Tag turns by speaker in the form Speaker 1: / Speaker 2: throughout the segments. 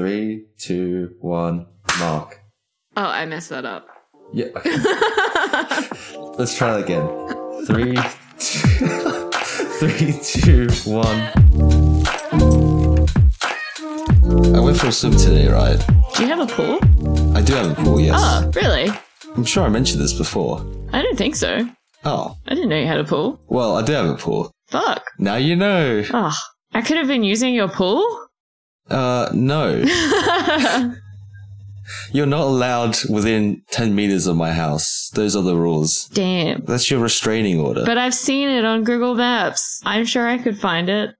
Speaker 1: Three, two, one, mark.
Speaker 2: Oh, I messed that up.
Speaker 1: Yeah. okay. Let's try that again. Three, two, three, two, one. I went for a swim today, right?
Speaker 2: Do you have a pool?
Speaker 1: I do have a pool, yes.
Speaker 2: Oh, really?
Speaker 1: I'm sure I mentioned this before.
Speaker 2: I don't think so.
Speaker 1: Oh,
Speaker 2: I didn't know you had a pool.
Speaker 1: well, I do have a pool.
Speaker 2: Fuck.
Speaker 1: Now you know.
Speaker 2: Oh, I could have been using your pool.
Speaker 1: Uh, no. You're not allowed within 10 meters of my house. Those are the rules.
Speaker 2: Damn.
Speaker 1: That's your restraining order.
Speaker 2: But I've seen it on Google Maps. I'm sure I could find it.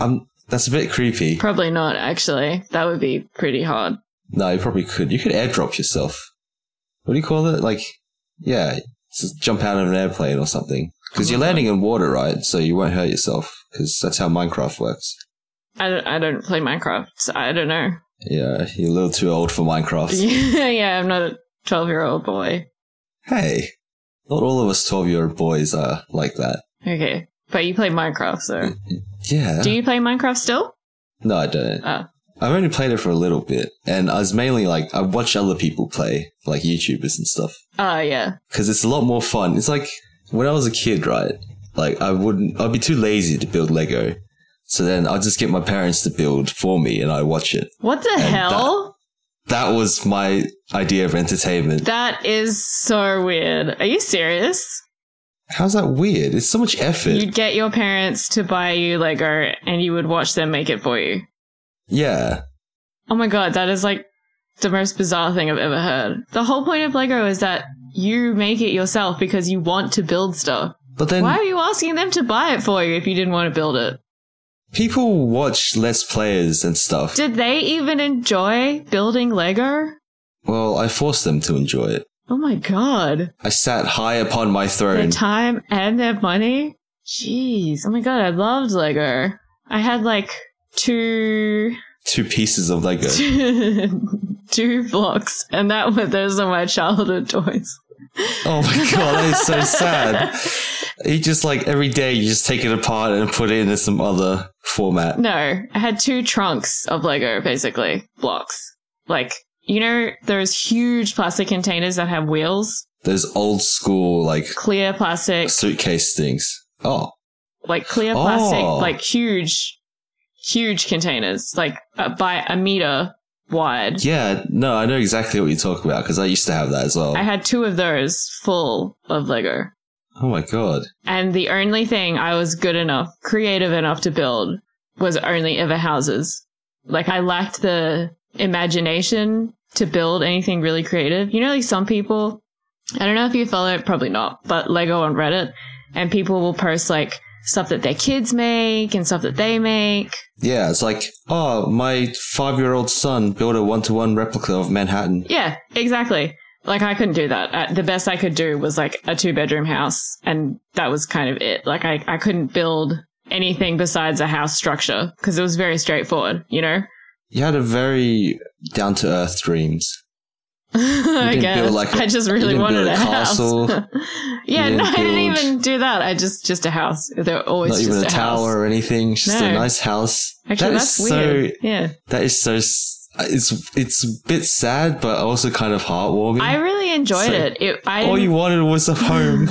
Speaker 1: um, that's a bit creepy.
Speaker 2: Probably not, actually. That would be pretty hard.
Speaker 1: No, you probably could. You could airdrop yourself. What do you call it? Like, yeah, just jump out of an airplane or something. Because you're landing in water, right? So you won't hurt yourself. Because that's how Minecraft works.
Speaker 2: I don't, I don't play Minecraft, so I don't know.
Speaker 1: Yeah, you're a little too old for Minecraft.
Speaker 2: yeah, I'm not a 12 year old boy.
Speaker 1: Hey, not all of us 12 year old boys are like that.
Speaker 2: Okay. But you play Minecraft, so.
Speaker 1: Yeah.
Speaker 2: Do you play Minecraft still?
Speaker 1: no, I don't.
Speaker 2: Oh.
Speaker 1: I've only played it for a little bit, and I was mainly like I watch other people play, like YouTubers and stuff,
Speaker 2: Uh, yeah.
Speaker 1: because it's a lot more fun. It's like when I was a kid, right? Like I wouldn't, I'd be too lazy to build Lego, so then I'd just get my parents to build for me, and I watch it.
Speaker 2: What the hell?
Speaker 1: That was my idea of entertainment.
Speaker 2: that is so weird. Are you serious?
Speaker 1: How's that weird? It's so much effort.
Speaker 2: You'd get your parents to buy you Lego and you would watch them make it for you.
Speaker 1: yeah,
Speaker 2: Oh my god, that is like the most bizarre thing I've ever heard. The whole point of Lego is that you make it yourself because you want to build stuff.
Speaker 1: but then
Speaker 2: Why are you asking them to buy it for you if you didn't want to build it?
Speaker 1: people watch less players and stuff.
Speaker 2: Did they even enjoy building Lego?
Speaker 1: well, I forced them to enjoy it.
Speaker 2: Oh my god.
Speaker 1: I sat high upon my
Speaker 2: Their
Speaker 1: throne.
Speaker 2: time and their money? Jeez. Oh my god, I loved Lego. I had like two
Speaker 1: two pieces of Lego.
Speaker 2: two blocks and that was those are my childhood toys.
Speaker 1: Oh my god, that is so sad. You just like every day you just take it apart and put it into some other format.
Speaker 2: No, I had two trunks of Lego, basically, blocks. Like, you know, those huge plastic containers that have wheels,
Speaker 1: Those old school like
Speaker 2: clear plastic,
Speaker 1: suitcase things. Oh,
Speaker 2: like clear plastic,
Speaker 1: Oh.
Speaker 2: like huge, huge containers, like uh, by a meter wide.
Speaker 1: yeah, no, I know exactly what you're talking about because I used to have that as well.
Speaker 2: I had two of those full of Lego.
Speaker 1: oh my god.
Speaker 2: And the only thing I was good enough, creative enough to build was only ever houses. Like I lacked the imagination to build anything really creative. You know, like some people, I don't know if you follow it, probably not, but Lego on Reddit and people will post like stuff that their kids make and stuff that they make.
Speaker 1: Yeah, it's like, oh, my five year old son built a one to one replica of Manhattan.
Speaker 2: Yeah, exactly. Like I couldn't do that. Uh, the best I could do was like a two bedroom house and that was kind of it. Like I, I couldn't build anything besides a house structure because it was very straightforward, you know?
Speaker 1: You had a very down to earth dreams.
Speaker 2: I
Speaker 1: didn't
Speaker 2: guess.
Speaker 1: build, like, a-
Speaker 2: I just
Speaker 1: you
Speaker 2: really
Speaker 1: didn't
Speaker 2: wanted
Speaker 1: build a
Speaker 2: a, house.
Speaker 1: castle.
Speaker 2: yeah,
Speaker 1: You
Speaker 2: no, I didn't
Speaker 1: didn't build-
Speaker 2: even do that. I just, just a house. They're always
Speaker 1: Not
Speaker 2: Oh, just
Speaker 1: even a,
Speaker 2: a house.
Speaker 1: tower or anything, it's just a
Speaker 2: No.
Speaker 1: nice house.
Speaker 2: Actually,
Speaker 1: That is
Speaker 2: that's
Speaker 1: so
Speaker 2: weird. Yeah.
Speaker 1: That is so. s- It's it's a bit sad, but also kind of heartwarming.
Speaker 2: I really enjoyed
Speaker 1: So-
Speaker 2: it. it I
Speaker 1: All
Speaker 2: didn't-
Speaker 1: you wanted was a home.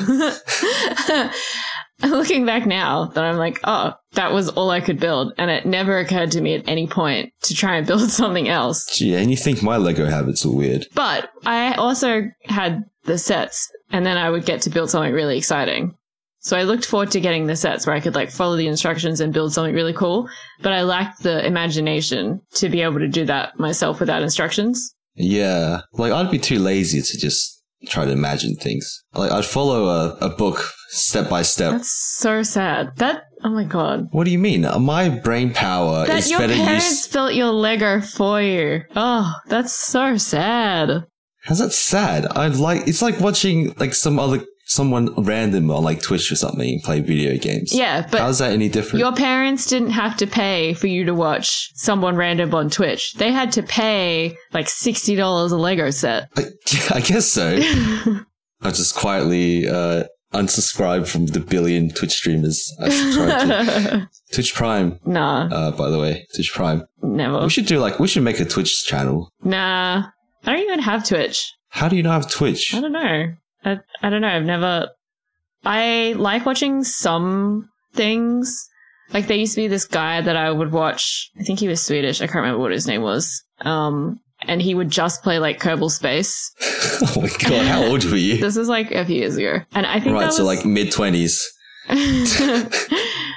Speaker 2: Looking back now, that I'm like, oh, that was all I could build, and it never occurred to me at any point to try and build something else.
Speaker 1: Gee, and you think my Lego habits are weird?
Speaker 2: But I also had the sets, and then I would get to build something really exciting. So I looked forward to getting the sets where I could like follow the instructions and build something really cool, but I lacked the imagination to be able to do that myself without instructions.
Speaker 1: Yeah, like I'd be too lazy to just try to imagine things. Like I'd follow a, a book step by step.
Speaker 2: That's so sad. That, oh my god.
Speaker 1: What do you mean? My brain power
Speaker 2: That
Speaker 1: is
Speaker 2: your
Speaker 1: better
Speaker 2: parents
Speaker 1: used.
Speaker 2: built your Lego for you. Oh, that's so sad.
Speaker 1: How's that sad? I like. It's like watching like some other someone random on like Twitch or something play video games.
Speaker 2: Yeah, but
Speaker 1: How's that any different?
Speaker 2: your parents didn't have to pay for you to watch someone random on Twitch. They had to pay like $60 a Lego set.
Speaker 1: I, I guess so. I just quietly uh, unsubscribe from the billion Twitch streamers I subscribe to. Twitch Prime,
Speaker 2: nah,
Speaker 1: uh, by the way, Twitch Prime.
Speaker 2: never.
Speaker 1: We should do like we should make a Twitch channel.
Speaker 2: Nah, I don't even have Twitch.
Speaker 1: How do you not have Twitch?
Speaker 2: I don't know. I, I don't know. I've never. I like watching some things. Like there used to be this guy that I would watch. I think he was Swedish. I can't remember what his name was. Um, and he would just play like Kerbal Space.
Speaker 1: oh my god, how old were you?
Speaker 2: This was like a few years ago, and I think
Speaker 1: Right,
Speaker 2: that
Speaker 1: so
Speaker 2: was
Speaker 1: like mid twenties.
Speaker 2: I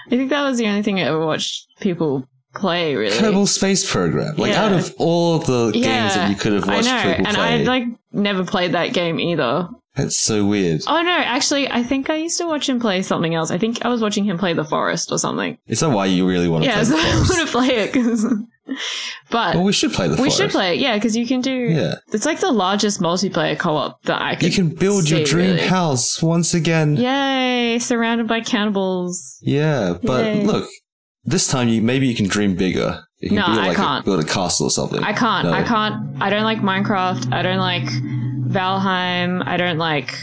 Speaker 2: think that was the only thing I ever watched people play. Really,
Speaker 1: Kerbal Space Program. Like
Speaker 2: Yeah.
Speaker 1: out of all the games
Speaker 2: Yeah,
Speaker 1: that you could have
Speaker 2: I
Speaker 1: watched
Speaker 2: know,
Speaker 1: people
Speaker 2: and I
Speaker 1: play,
Speaker 2: like never played that game either.
Speaker 1: that's so weird.
Speaker 2: Oh no, actually, I think I used to watch him play something else. I think I was watching him play The Forest or something.
Speaker 1: Is that why you really want to
Speaker 2: Yeah,
Speaker 1: play
Speaker 2: so
Speaker 1: the
Speaker 2: I
Speaker 1: forest?
Speaker 2: want to play it. 'cause- but
Speaker 1: Well, we should play the
Speaker 2: we
Speaker 1: forest.
Speaker 2: should play it, yeah, because you can do.
Speaker 1: Yeah.
Speaker 2: It's like the largest multiplayer co-op that I
Speaker 1: You
Speaker 2: could.
Speaker 1: can build your
Speaker 2: See,
Speaker 1: dream
Speaker 2: really.
Speaker 1: house once again.
Speaker 2: Yay! Surrounded by cannibals.
Speaker 1: Yeah, but
Speaker 2: Yay.
Speaker 1: look, this time you maybe you can dream bigger. You can
Speaker 2: No,
Speaker 1: build,
Speaker 2: I
Speaker 1: like
Speaker 2: can't.
Speaker 1: A, build a castle or something.
Speaker 2: I can't.
Speaker 1: No.
Speaker 2: I can't. I don't like Minecraft. I don't like Valheim. I don't like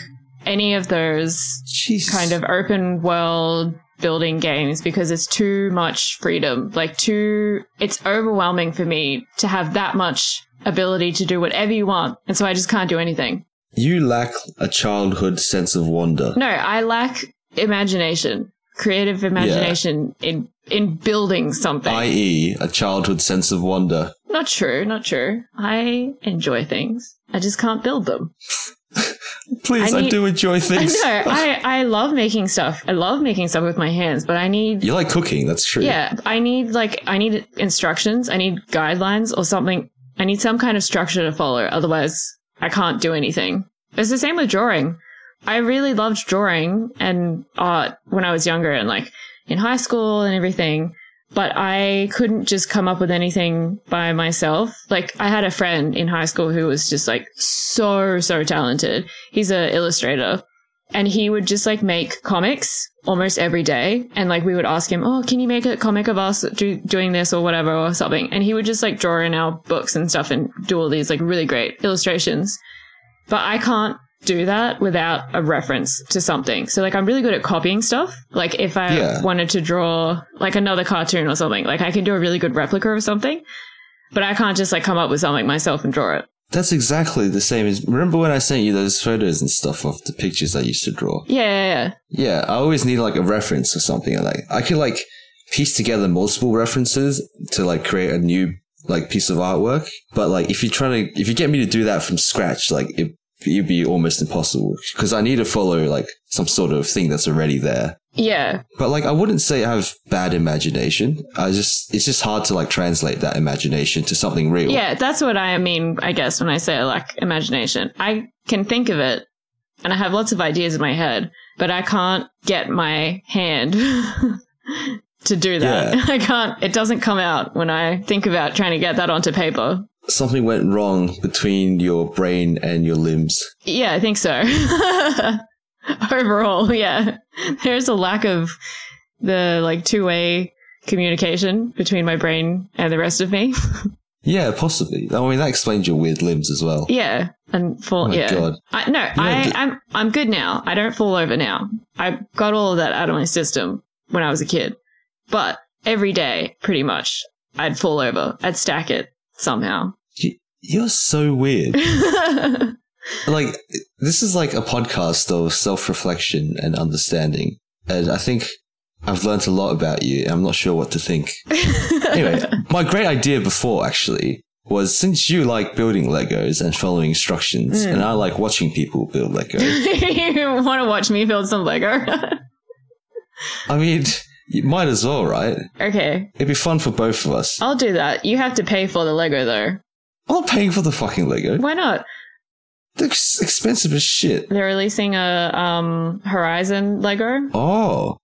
Speaker 2: any of those
Speaker 1: Jeez.
Speaker 2: kind of open world building games because it's too much freedom. Like too it's overwhelming for me to have that much ability to do whatever you want. And so I just can't do anything.
Speaker 1: You lack a childhood sense of wonder.
Speaker 2: No, I lack imagination. Creative imagination in in building something.
Speaker 1: i.e., a childhood sense of wonder.
Speaker 2: not true, not true. I enjoy things. I just can't build them.
Speaker 1: Please,
Speaker 2: I
Speaker 1: I,
Speaker 2: need-
Speaker 1: do enjoy
Speaker 2: I
Speaker 1: things.
Speaker 2: know. I, I love making stuff. I love making stuff with my hands, but I need
Speaker 1: You like cooking, that's true.
Speaker 2: Yeah, I need like I need instructions, I need guidelines or something. I need some kind of structure to follow, otherwise I can't do anything. It's the same with drawing. I really loved drawing and art when I was younger and like in high school and everything, but I couldn't just come up with anything by myself. Like I had a friend in high school who was just like so so talented. He's an illustrator and he would just like make comics almost every day and like we would ask him oh can you make a comic of us do, doing this or whatever or something and he would just like draw in our books and stuff and do all these like really great illustrations but i can't do that without a reference to something so like i'm really good at copying stuff like if i
Speaker 1: Yeah.
Speaker 2: wanted to draw like another cartoon or something like i can do a really good replica of something but i can't just like come up with something myself and draw it
Speaker 1: That's exactly the same as. Remember when I sent you those photos and stuff of the pictures I used to draw?
Speaker 2: yeah yeah, yeah.
Speaker 1: Yeah, I always need like a reference or something. Like I could like piece together multiple references to like create a new like piece of artwork. But like if you're trying to, if you get me to do that from scratch, like it, it'd be almost impossible because I need to follow like some sort of thing that's already there.
Speaker 2: yeah
Speaker 1: But like I wouldn't say I have bad imagination. I just it's just hard to like translate that imagination to something real.
Speaker 2: Yeah, that's what I mean, I guess, when I say I lack imagination. I can think of it and I have lots of ideas in my head, but I can't get my hand to do that.
Speaker 1: Yeah.
Speaker 2: I can't, it doesn't come out when I think about trying to get that onto paper.
Speaker 1: Something went wrong between your brain and your limbs.
Speaker 2: Yeah, I think so. Overall, yeah. There's a lack of the like two way communication between my brain and the rest of me.
Speaker 1: Yeah, possibly. I mean that explains your weird limbs as well.
Speaker 2: Yeah, and fall.
Speaker 1: Oh my
Speaker 2: yeah,
Speaker 1: God.
Speaker 2: I, no, I,
Speaker 1: d-
Speaker 2: I'm I'm good now. I don't fall over now. I got all of that out of my system when I was a kid. But every day, pretty much, I'd fall over. I'd stack it somehow.
Speaker 1: You're so weird.
Speaker 2: yeah,
Speaker 1: like this is like a podcast of self-reflection and understanding and i think i've learnt a lot about you and i'm not sure what to think anyway my great idea before actually was since you like building legos and following instructions
Speaker 2: Mm.
Speaker 1: and i like watching people build lego
Speaker 2: you want to watch me build some Lego?
Speaker 1: i mean you might as well right
Speaker 2: okay,
Speaker 1: it'd be fun for both of us
Speaker 2: I'll do that. You have to pay for the Lego though.
Speaker 1: i'm not paying for the fucking lego
Speaker 2: Why not?
Speaker 1: they're ex- expensive as shit
Speaker 2: They're releasing a um Horizon Lego.
Speaker 1: oh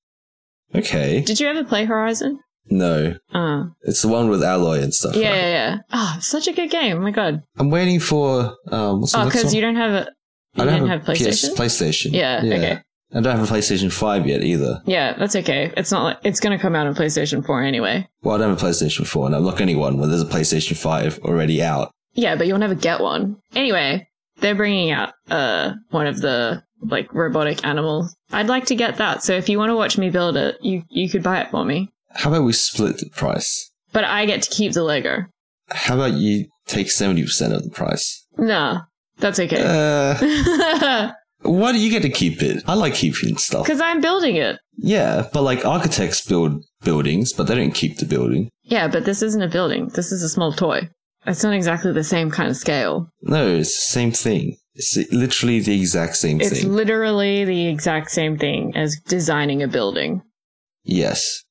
Speaker 1: okay
Speaker 2: Did you ever play Horizon?
Speaker 1: no
Speaker 2: Uh,
Speaker 1: it's the one with alloy and stuff
Speaker 2: Yeah,
Speaker 1: right?
Speaker 2: yeah, yeah. Oh, such a good game. Oh my god.
Speaker 1: i'm waiting for um what's the
Speaker 2: Oh,
Speaker 1: next one?
Speaker 2: because you don't have a. You
Speaker 1: I don't
Speaker 2: didn't
Speaker 1: have,
Speaker 2: have,
Speaker 1: a
Speaker 2: PlayStation.
Speaker 1: PS, PlayStation.
Speaker 2: Yeah, okay.
Speaker 1: I don't have a PlayStation 5 yet either.
Speaker 2: yeah, that's okay. It's not like it's going to come out on PlayStation Four anyway.
Speaker 1: Well, I don't have a PlayStation 4, and I'm not anyone when there's a PlayStation 5 already out.
Speaker 2: Yeah, but you'll never get one anyway. They're bringing out uh one of the like robotic animal. I'd like to get that. So if you want to watch me build it, you you could buy it for me.
Speaker 1: How about we split the price?
Speaker 2: But I get to keep the Lego.
Speaker 1: How about you take 70% of the price?
Speaker 2: No, that's okay.
Speaker 1: Uh,
Speaker 2: Because
Speaker 1: why do you get to keep it? I like keeping stuff.
Speaker 2: I'm building it.
Speaker 1: Yeah, but like architects build buildings, but they don't keep the building.
Speaker 2: Yeah, but this isn't a building. This is a small toy. It's not exactly the same kind of scale.
Speaker 1: No, it's the same thing. It's literally the exact same
Speaker 2: It's
Speaker 1: thing.
Speaker 2: literally the exact same thing as designing a building.
Speaker 1: yes.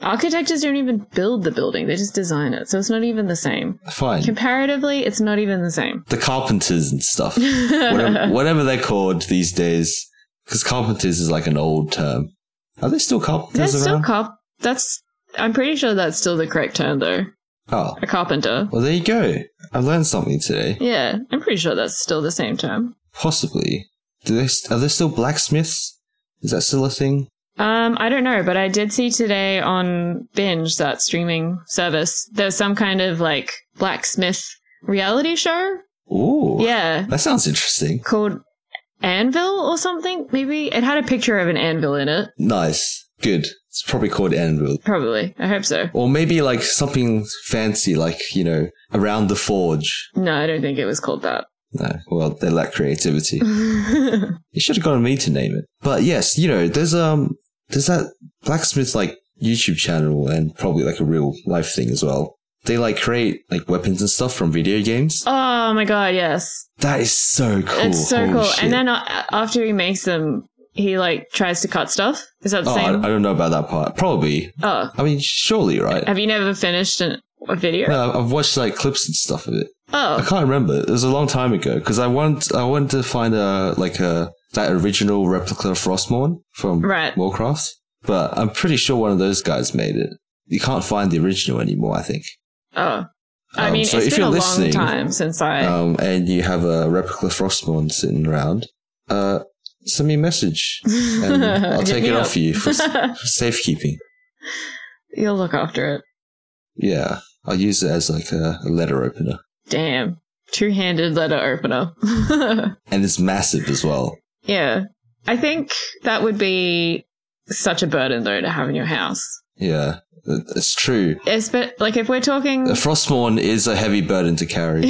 Speaker 2: Architects don't even build the building, they just design it. So it's not even the same.
Speaker 1: Fine.
Speaker 2: Comparatively, it's not even the same.
Speaker 1: the carpenters and stuff. whatever, whatever they're called these days. Because carpenters is like an old term. Are there still carpenters
Speaker 2: That's still
Speaker 1: around?
Speaker 2: cop. That's. I'm pretty sure that's still the correct term, though.
Speaker 1: oh,
Speaker 2: A carpenter.
Speaker 1: well, there you go. I learned something today.
Speaker 2: Yeah, I'm pretty sure that's still the same term.
Speaker 1: Possibly. Do they, are there still blacksmiths? Is that still a thing?
Speaker 2: Um, I don't know, but I did see today on Binge, that streaming service, there's some kind of like blacksmith reality show.
Speaker 1: Ooh.
Speaker 2: Yeah,
Speaker 1: That sounds interesting.
Speaker 2: called Anvil or something. Maybe it had a picture of an anvil in it.
Speaker 1: Nice. Good. It's probably called Anvil.
Speaker 2: Probably. I hope so.
Speaker 1: Or maybe like something fancy, like, you know, around the forge.
Speaker 2: No, I don't think it was called that. Oh
Speaker 1: No, well, they lack creativity. You should have gotten me to name it. But yes, you know, there's um there's that blacksmith like YouTube channel and probably like a real life thing as well. They like create like weapons and stuff from video games.
Speaker 2: oh my god, yes.
Speaker 1: That is so cool.
Speaker 2: It's so
Speaker 1: Holy
Speaker 2: cool.
Speaker 1: shit.
Speaker 2: And then uh, after he makes them, he like tries to cut stuff. Is that the
Speaker 1: oh, I,
Speaker 2: same?
Speaker 1: I don't know about that part. Probably.
Speaker 2: oh,
Speaker 1: I mean, surely, right?
Speaker 2: have you never finished an, a video?
Speaker 1: No, I've- I've watched like clips and stuff of it. I
Speaker 2: Oh,
Speaker 1: can't remember. It was a long time ago because I want I wanted to find a like a that original replica of Frostmourne from
Speaker 2: Right.
Speaker 1: Warcraft, but I'm pretty sure one of those guys made it. You can't find the original anymore, I think.
Speaker 2: oh. I
Speaker 1: Um,
Speaker 2: mean,
Speaker 1: so
Speaker 2: it's
Speaker 1: if
Speaker 2: been
Speaker 1: you're
Speaker 2: a long
Speaker 1: listening,
Speaker 2: time since I.
Speaker 1: Um, and you have a replica of Frostmourne sitting around. Uh, send me a message. And I'll
Speaker 2: Hit
Speaker 1: take
Speaker 2: me
Speaker 1: it
Speaker 2: up.
Speaker 1: off you for s- safekeeping.
Speaker 2: You'll look after it.
Speaker 1: Yeah, I'll use it as like a, a letter opener,
Speaker 2: Damn. Two handed letter opener.
Speaker 1: and it's massive as well.
Speaker 2: Yeah. I think that would be such a burden though to have in your house.
Speaker 1: Yeah, it- it's true.
Speaker 2: It's but like if we're talking
Speaker 1: The Frostmourne is a heavy burden to carry.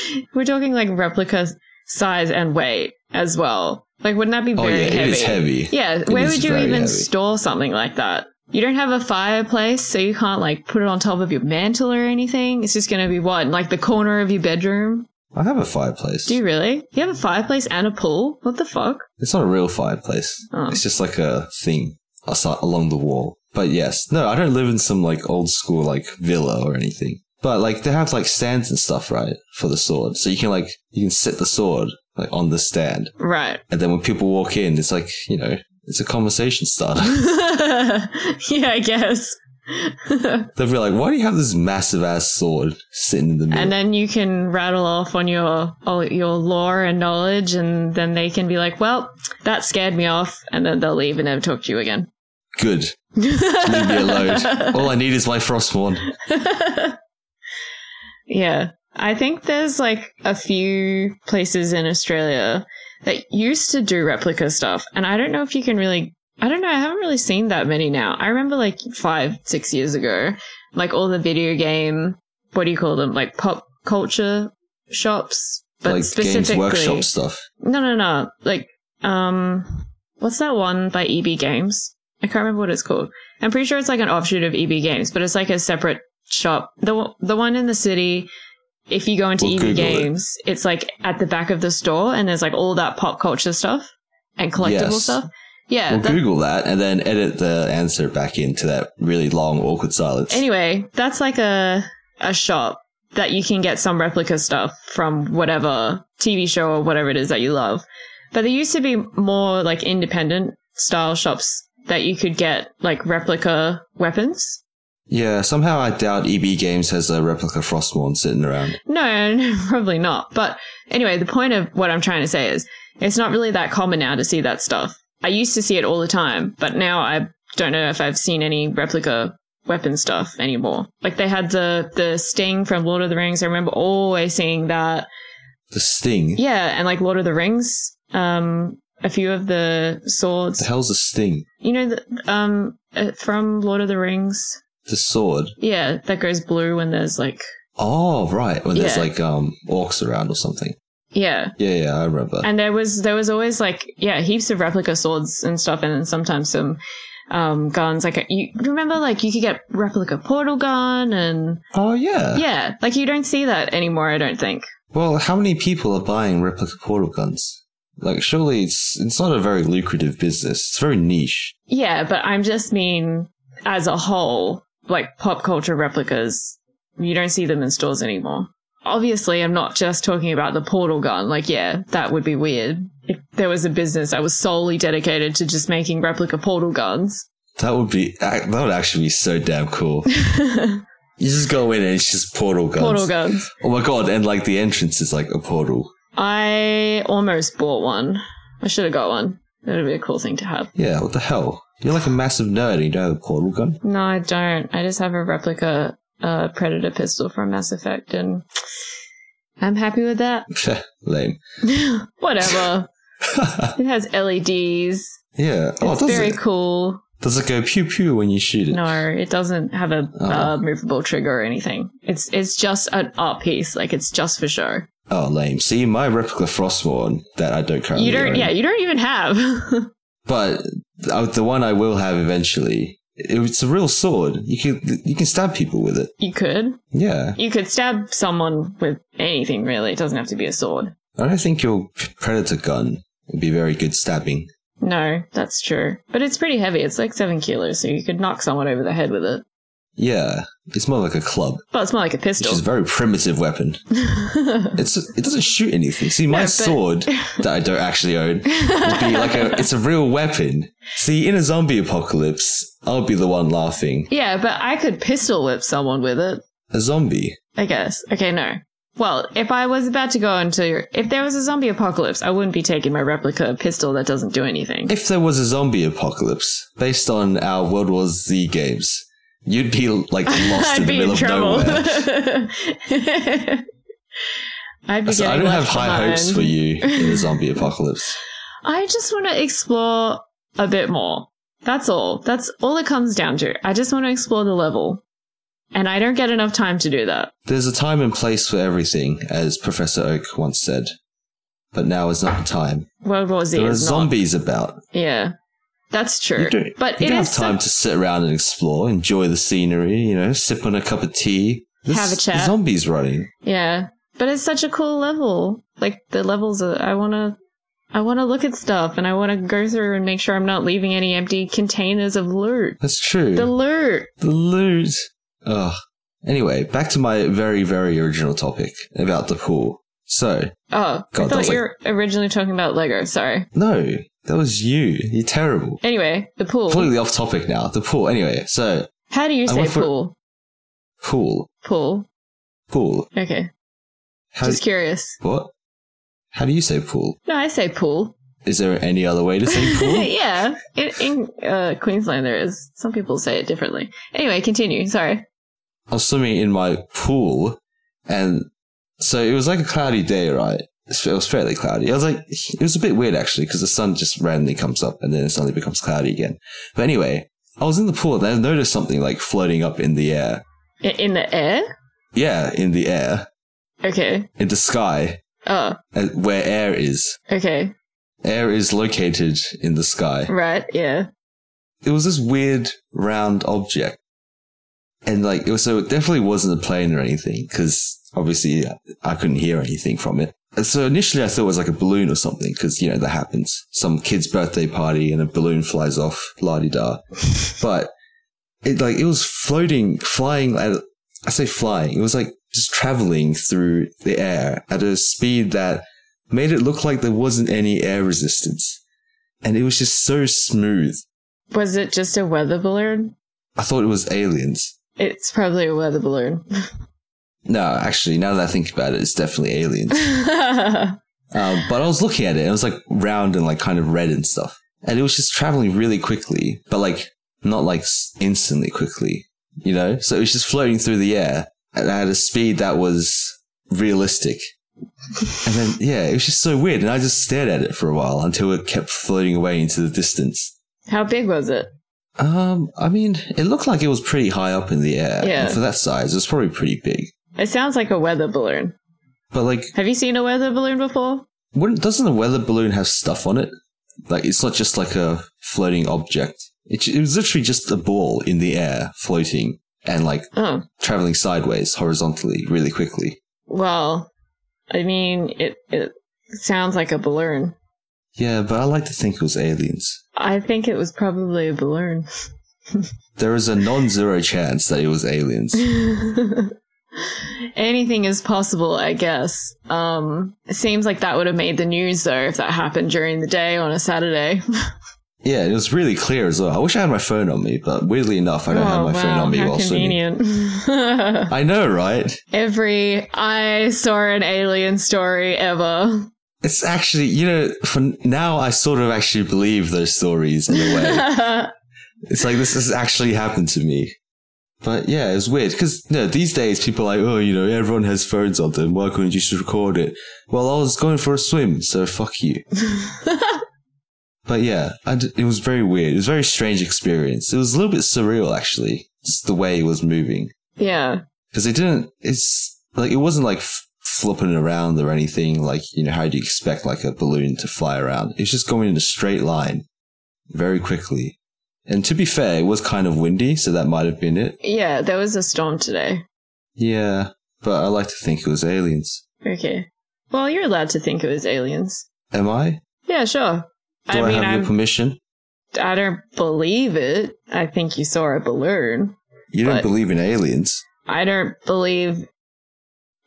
Speaker 2: we're talking like replica size and weight as well. Like wouldn't that be
Speaker 1: Oh
Speaker 2: very
Speaker 1: yeah,
Speaker 2: heavy?
Speaker 1: it is heavy.
Speaker 2: Yeah, where
Speaker 1: is
Speaker 2: would you
Speaker 1: very
Speaker 2: even
Speaker 1: heavy.
Speaker 2: store something like that? You don't have a fireplace, so you can't like put it on top of your mantle or anything. It's just going to be what, in, like the corner of your bedroom?
Speaker 1: I have a fireplace.
Speaker 2: Do you really? You have a fireplace and a pool? What the fuck?
Speaker 1: It's not a real fireplace.
Speaker 2: Oh.
Speaker 1: It's just like a thing asa- along the wall. But yes, no, I don't live in some like old school like villa or anything. But like they have like stands and stuff, right, for the sword. So you can like you can set the sword like on the stand,
Speaker 2: Right.
Speaker 1: and then when people walk in, it's like you know it's a conversation starter.
Speaker 2: yeah, I guess.
Speaker 1: They'll be like, "Why do you have this massive ass sword sitting in the middle?"
Speaker 2: and then you can rattle off on your all your lore and knowledge, and then they can be like, "Well, that scared me off," and then they'll leave and never talk to you again.
Speaker 1: Good, leave me alone. All I need is my frostborn.
Speaker 2: yeah, I think there's like a few places in Australia that used to do replica stuff, and I don't know if you can really. I don't know. I haven't really seen that many now. I remember like five, six years ago, like all the video game, what do you call them? Like pop culture shops, but
Speaker 1: like games
Speaker 2: specifically,
Speaker 1: workshop stuff.
Speaker 2: no, no, no. Like, um, what's that one by EB Games? I can't remember what it's called. I'm pretty sure it's like an offshoot of EB Games, but it's like a separate shop. The one- the one in the city. If you go into
Speaker 1: We'll
Speaker 2: EB
Speaker 1: Google it.
Speaker 2: Games, it's like at the back of the store, and there's like all that pop culture stuff and collectible
Speaker 1: Yes.
Speaker 2: stuff. Yeah.
Speaker 1: Well,
Speaker 2: that-
Speaker 1: Google that and then edit the answer back into that really long, awkward silence.
Speaker 2: anyway, that's like a a shop that you can get some replica stuff from whatever TV show or whatever it is that you love. But there used to be more like independent style shops that you could get like replica weapons.
Speaker 1: yeah, somehow I doubt EB Games has a replica Frostmourne sitting around.
Speaker 2: No, no, probably not. But anyway, the point of what I'm trying to say is it's not really that common now to see that stuff. I used to see it all the time, but now I don't know if I've seen any replica weapon stuff anymore. Like they had the the sting from Lord of the Rings. I remember always seeing that.
Speaker 1: The Sting.
Speaker 2: Yeah, and like Lord of the Rings um, a few of the swords.
Speaker 1: The hell's a sting?
Speaker 2: You know, the, um, uh, from Lord of the Rings.
Speaker 1: The sword.
Speaker 2: Yeah, that goes blue when there's like,
Speaker 1: Oh, right. When there's
Speaker 2: Yeah.
Speaker 1: like um orcs around or something.
Speaker 2: yeah.
Speaker 1: Yeah, yeah, I remember.
Speaker 2: And there was there was always like yeah heaps of replica swords and stuff, and then sometimes some um, guns. Like you remember, like you could get replica portal gun, and
Speaker 1: oh, yeah.
Speaker 2: yeah, like you don't see that anymore. I don't think.
Speaker 1: Well, how many people are buying replica portal guns? Like, surely it's it's not a very lucrative business. It's very niche.
Speaker 2: Yeah, but I'm just mean as a whole, like pop culture replicas, you don't see them in stores anymore. Obviously, I'm not just talking about the portal gun. Like, yeah, that would be weird. If there was a business that was solely dedicated to just making replica portal guns.
Speaker 1: That would be ac- that would actually be so damn cool. you just go in and it's just portal guns.
Speaker 2: Portal guns.
Speaker 1: Oh my god! And like the entrance is like a portal.
Speaker 2: I almost bought one. I should have got one. That would be a cool thing to have.
Speaker 1: Yeah, what the hell? You're like a massive nerd and you don't have a portal gun?
Speaker 2: No, I don't. I just have a replica uh, Predator pistol from Mass Effect, and I'm happy with that.
Speaker 1: Pfeh, Lame.
Speaker 2: Whatever. it has LEDs.
Speaker 1: yeah. Oh,
Speaker 2: it's
Speaker 1: does
Speaker 2: very
Speaker 1: it?
Speaker 2: cool.
Speaker 1: Does it go pew pew when you shoot it?
Speaker 2: No, it doesn't have a
Speaker 1: Oh.
Speaker 2: uh, movable trigger or anything. It's it's just an art piece. Like it's just for show.
Speaker 1: Oh, lame. See, my replica Frostborn that I don't currently
Speaker 2: you don't.
Speaker 1: own,
Speaker 2: Yeah, you don't even have.
Speaker 1: but uh, the one I will have eventually, it- it's a real sword. You can you can stab people with it.
Speaker 2: you could.
Speaker 1: Yeah,
Speaker 2: You could stab someone with anything. Really, it doesn't have to be a sword.
Speaker 1: I don't think your predator gun would be very good stabbing.
Speaker 2: No, that's true. But it's pretty heavy. It's like seven kilos, so you could knock someone over the head with it.
Speaker 1: Yeah, it's more like a club,
Speaker 2: Well, it's more like a
Speaker 1: which
Speaker 2: pistol.
Speaker 1: is a very primitive weapon. It's it doesn't shoot anything. See, my
Speaker 2: No, but-
Speaker 1: sword that I don't actually own would be like a it's a real weapon. See, in a zombie apocalypse, I'll be the one laughing.
Speaker 2: yeah, but I could pistol whip someone with it,
Speaker 1: A zombie.
Speaker 2: I guess. Okay, no. Well, if I was about to go into your. If there was a zombie apocalypse, I wouldn't be taking my replica pistol that doesn't do anything.
Speaker 1: If there was a zombie apocalypse based on our World War Z games, you'd be like lost in
Speaker 2: I'd
Speaker 1: the
Speaker 2: be
Speaker 1: middle
Speaker 2: in
Speaker 1: of
Speaker 2: trouble.
Speaker 1: nowhere.
Speaker 2: I'd be
Speaker 1: So I
Speaker 2: getting
Speaker 1: don't have
Speaker 2: left
Speaker 1: high hopes
Speaker 2: behind.
Speaker 1: for you in a zombie apocalypse.
Speaker 2: I just want to explore a bit more. That's all. That's all it comes down to. I just want to explore the level. And I don't get enough time to do that.
Speaker 1: There's a time and place for everything, as Professor Oak once said. But now is not the time.
Speaker 2: World War Z
Speaker 1: There are
Speaker 2: is not.
Speaker 1: zombies about.
Speaker 2: Yeah. That's true.
Speaker 1: You don't,
Speaker 2: but
Speaker 1: you
Speaker 2: it
Speaker 1: don't
Speaker 2: is
Speaker 1: have time
Speaker 2: so-
Speaker 1: to sit around and explore, enjoy the scenery, you know, sip on a cup of tea. There's
Speaker 2: Have a chat.
Speaker 1: Zombies running.
Speaker 2: Yeah. But it's such a cool level. Like the levels are, I want to I want to look at stuff and I want to go through and make sure I'm not leaving any empty containers of loot.
Speaker 1: That's true.
Speaker 2: The loot.
Speaker 1: The loot. Ugh. Anyway, back to my very, very original topic about the pool. So,
Speaker 2: Oh,
Speaker 1: God,
Speaker 2: I
Speaker 1: that
Speaker 2: thought
Speaker 1: was
Speaker 2: you were originally talking about Lego. Sorry.
Speaker 1: no, that was you. You're terrible.
Speaker 2: Anyway, the pool.
Speaker 1: Completely off topic now. The pool. Anyway, so
Speaker 2: How do you
Speaker 1: I
Speaker 2: say
Speaker 1: went for-
Speaker 2: pool?
Speaker 1: pool,
Speaker 2: Pool.
Speaker 1: pool.
Speaker 2: Okay.
Speaker 1: How?
Speaker 2: Just curious.
Speaker 1: what? How do you say pool?
Speaker 2: No, I say pool.
Speaker 1: Is there any other way to say pool?
Speaker 2: yeah. In, in uh, Queensland, there is. Some people say it differently. Anyway, continue. Sorry.
Speaker 1: I was swimming in my pool, and so it was like a cloudy day, right? It was fairly cloudy. I was like, it was a bit weird actually, because the sun just randomly comes up and then it suddenly becomes cloudy again. But anyway, I was in the pool and I noticed something like floating up in the air.
Speaker 2: I- In the air?
Speaker 1: Yeah, in the air,
Speaker 2: Okay.
Speaker 1: in the sky,
Speaker 2: Oh,
Speaker 1: uh, where air is.
Speaker 2: okay.
Speaker 1: Air is located in the sky.
Speaker 2: Right. Yeah.
Speaker 1: it was this weird round object. And like, it was, so it definitely wasn't a plane or anything because obviously uh, I couldn't hear anything from it. And so initially I thought it was like a balloon or something because, you know, that happens. Some kid's birthday party and a balloon flies off, la di da. but it like, it was floating, flying at, I say flying, it was like just traveling through the air at a speed that made it look like there wasn't any air resistance. And it was just so smooth.
Speaker 2: Was it just a weather balloon?
Speaker 1: I thought it was aliens.
Speaker 2: It's probably a weather balloon.
Speaker 1: No, actually, now that I think about it, it's definitely aliens.
Speaker 2: yeah.
Speaker 1: um, but I was looking at it, and it was like round and like kind of red and stuff, and it was just traveling really quickly, but like not like s- instantly quickly, you know. So it was just floating through the air and at a speed that was realistic. And then, yeah, it was just so weird. And I just stared at it for a while until it kept floating away into the distance.
Speaker 2: How big was it?
Speaker 1: Um, I mean, it looked like it was pretty high up in the air.
Speaker 2: Yeah.
Speaker 1: And for that size, it was probably pretty big.
Speaker 2: It sounds like a weather balloon.
Speaker 1: But like,
Speaker 2: Have you seen a weather balloon before?
Speaker 1: wouldn't, doesn't a weather balloon have stuff on it? Like, it's not just like a floating object. It, it was literally just a ball in the air floating and like
Speaker 2: Oh,
Speaker 1: traveling sideways horizontally really quickly.
Speaker 2: well, I mean, it, it sounds like a balloon.
Speaker 1: Yeah, but I like to think it was aliens.
Speaker 2: I think it was probably a balloon.
Speaker 1: There is a non-zero chance that it was aliens.
Speaker 2: Anything is possible, I guess. Um, it seems like that would have made the news though if that happened during the day on a Saturday.
Speaker 1: Yeah, it was really clear as well. I wish I had my phone on me, but weirdly enough, I don't have my phone on me
Speaker 2: Oh, how
Speaker 1: while swimming.
Speaker 2: convenient.
Speaker 1: I know, right?
Speaker 2: Every I saw an alien story ever.
Speaker 1: It's actually, you know, for now I sort of actually believe those stories in a way. it's like this has actually happened to me. But yeah, it was weird because no, these days people are like, oh, you know, everyone has phones on them. Why couldn't you just record it? Well, I was going for a swim, so fuck you. But yeah, I d- it was very weird. It was a very strange experience. It was a little bit surreal, actually, just the way it was moving.
Speaker 2: yeah.
Speaker 1: because it didn't. It's like it wasn't like f- flopping around or anything. Like you know, how do you expect like a balloon to fly around? It's just going in a straight line, very quickly. And to be fair, it was kind of windy, so that might have been it.
Speaker 2: Yeah, there was a storm today.
Speaker 1: Yeah, but I like to think it was aliens.
Speaker 2: Okay. Well, you're allowed to think it was aliens.
Speaker 1: Am I?
Speaker 2: Yeah, sure.
Speaker 1: Do I,
Speaker 2: I mean,
Speaker 1: have your
Speaker 2: I'm,
Speaker 1: permission?
Speaker 2: I don't believe it. I think you saw a balloon.
Speaker 1: You don't
Speaker 2: but-
Speaker 1: believe in aliens.
Speaker 2: I don't believe.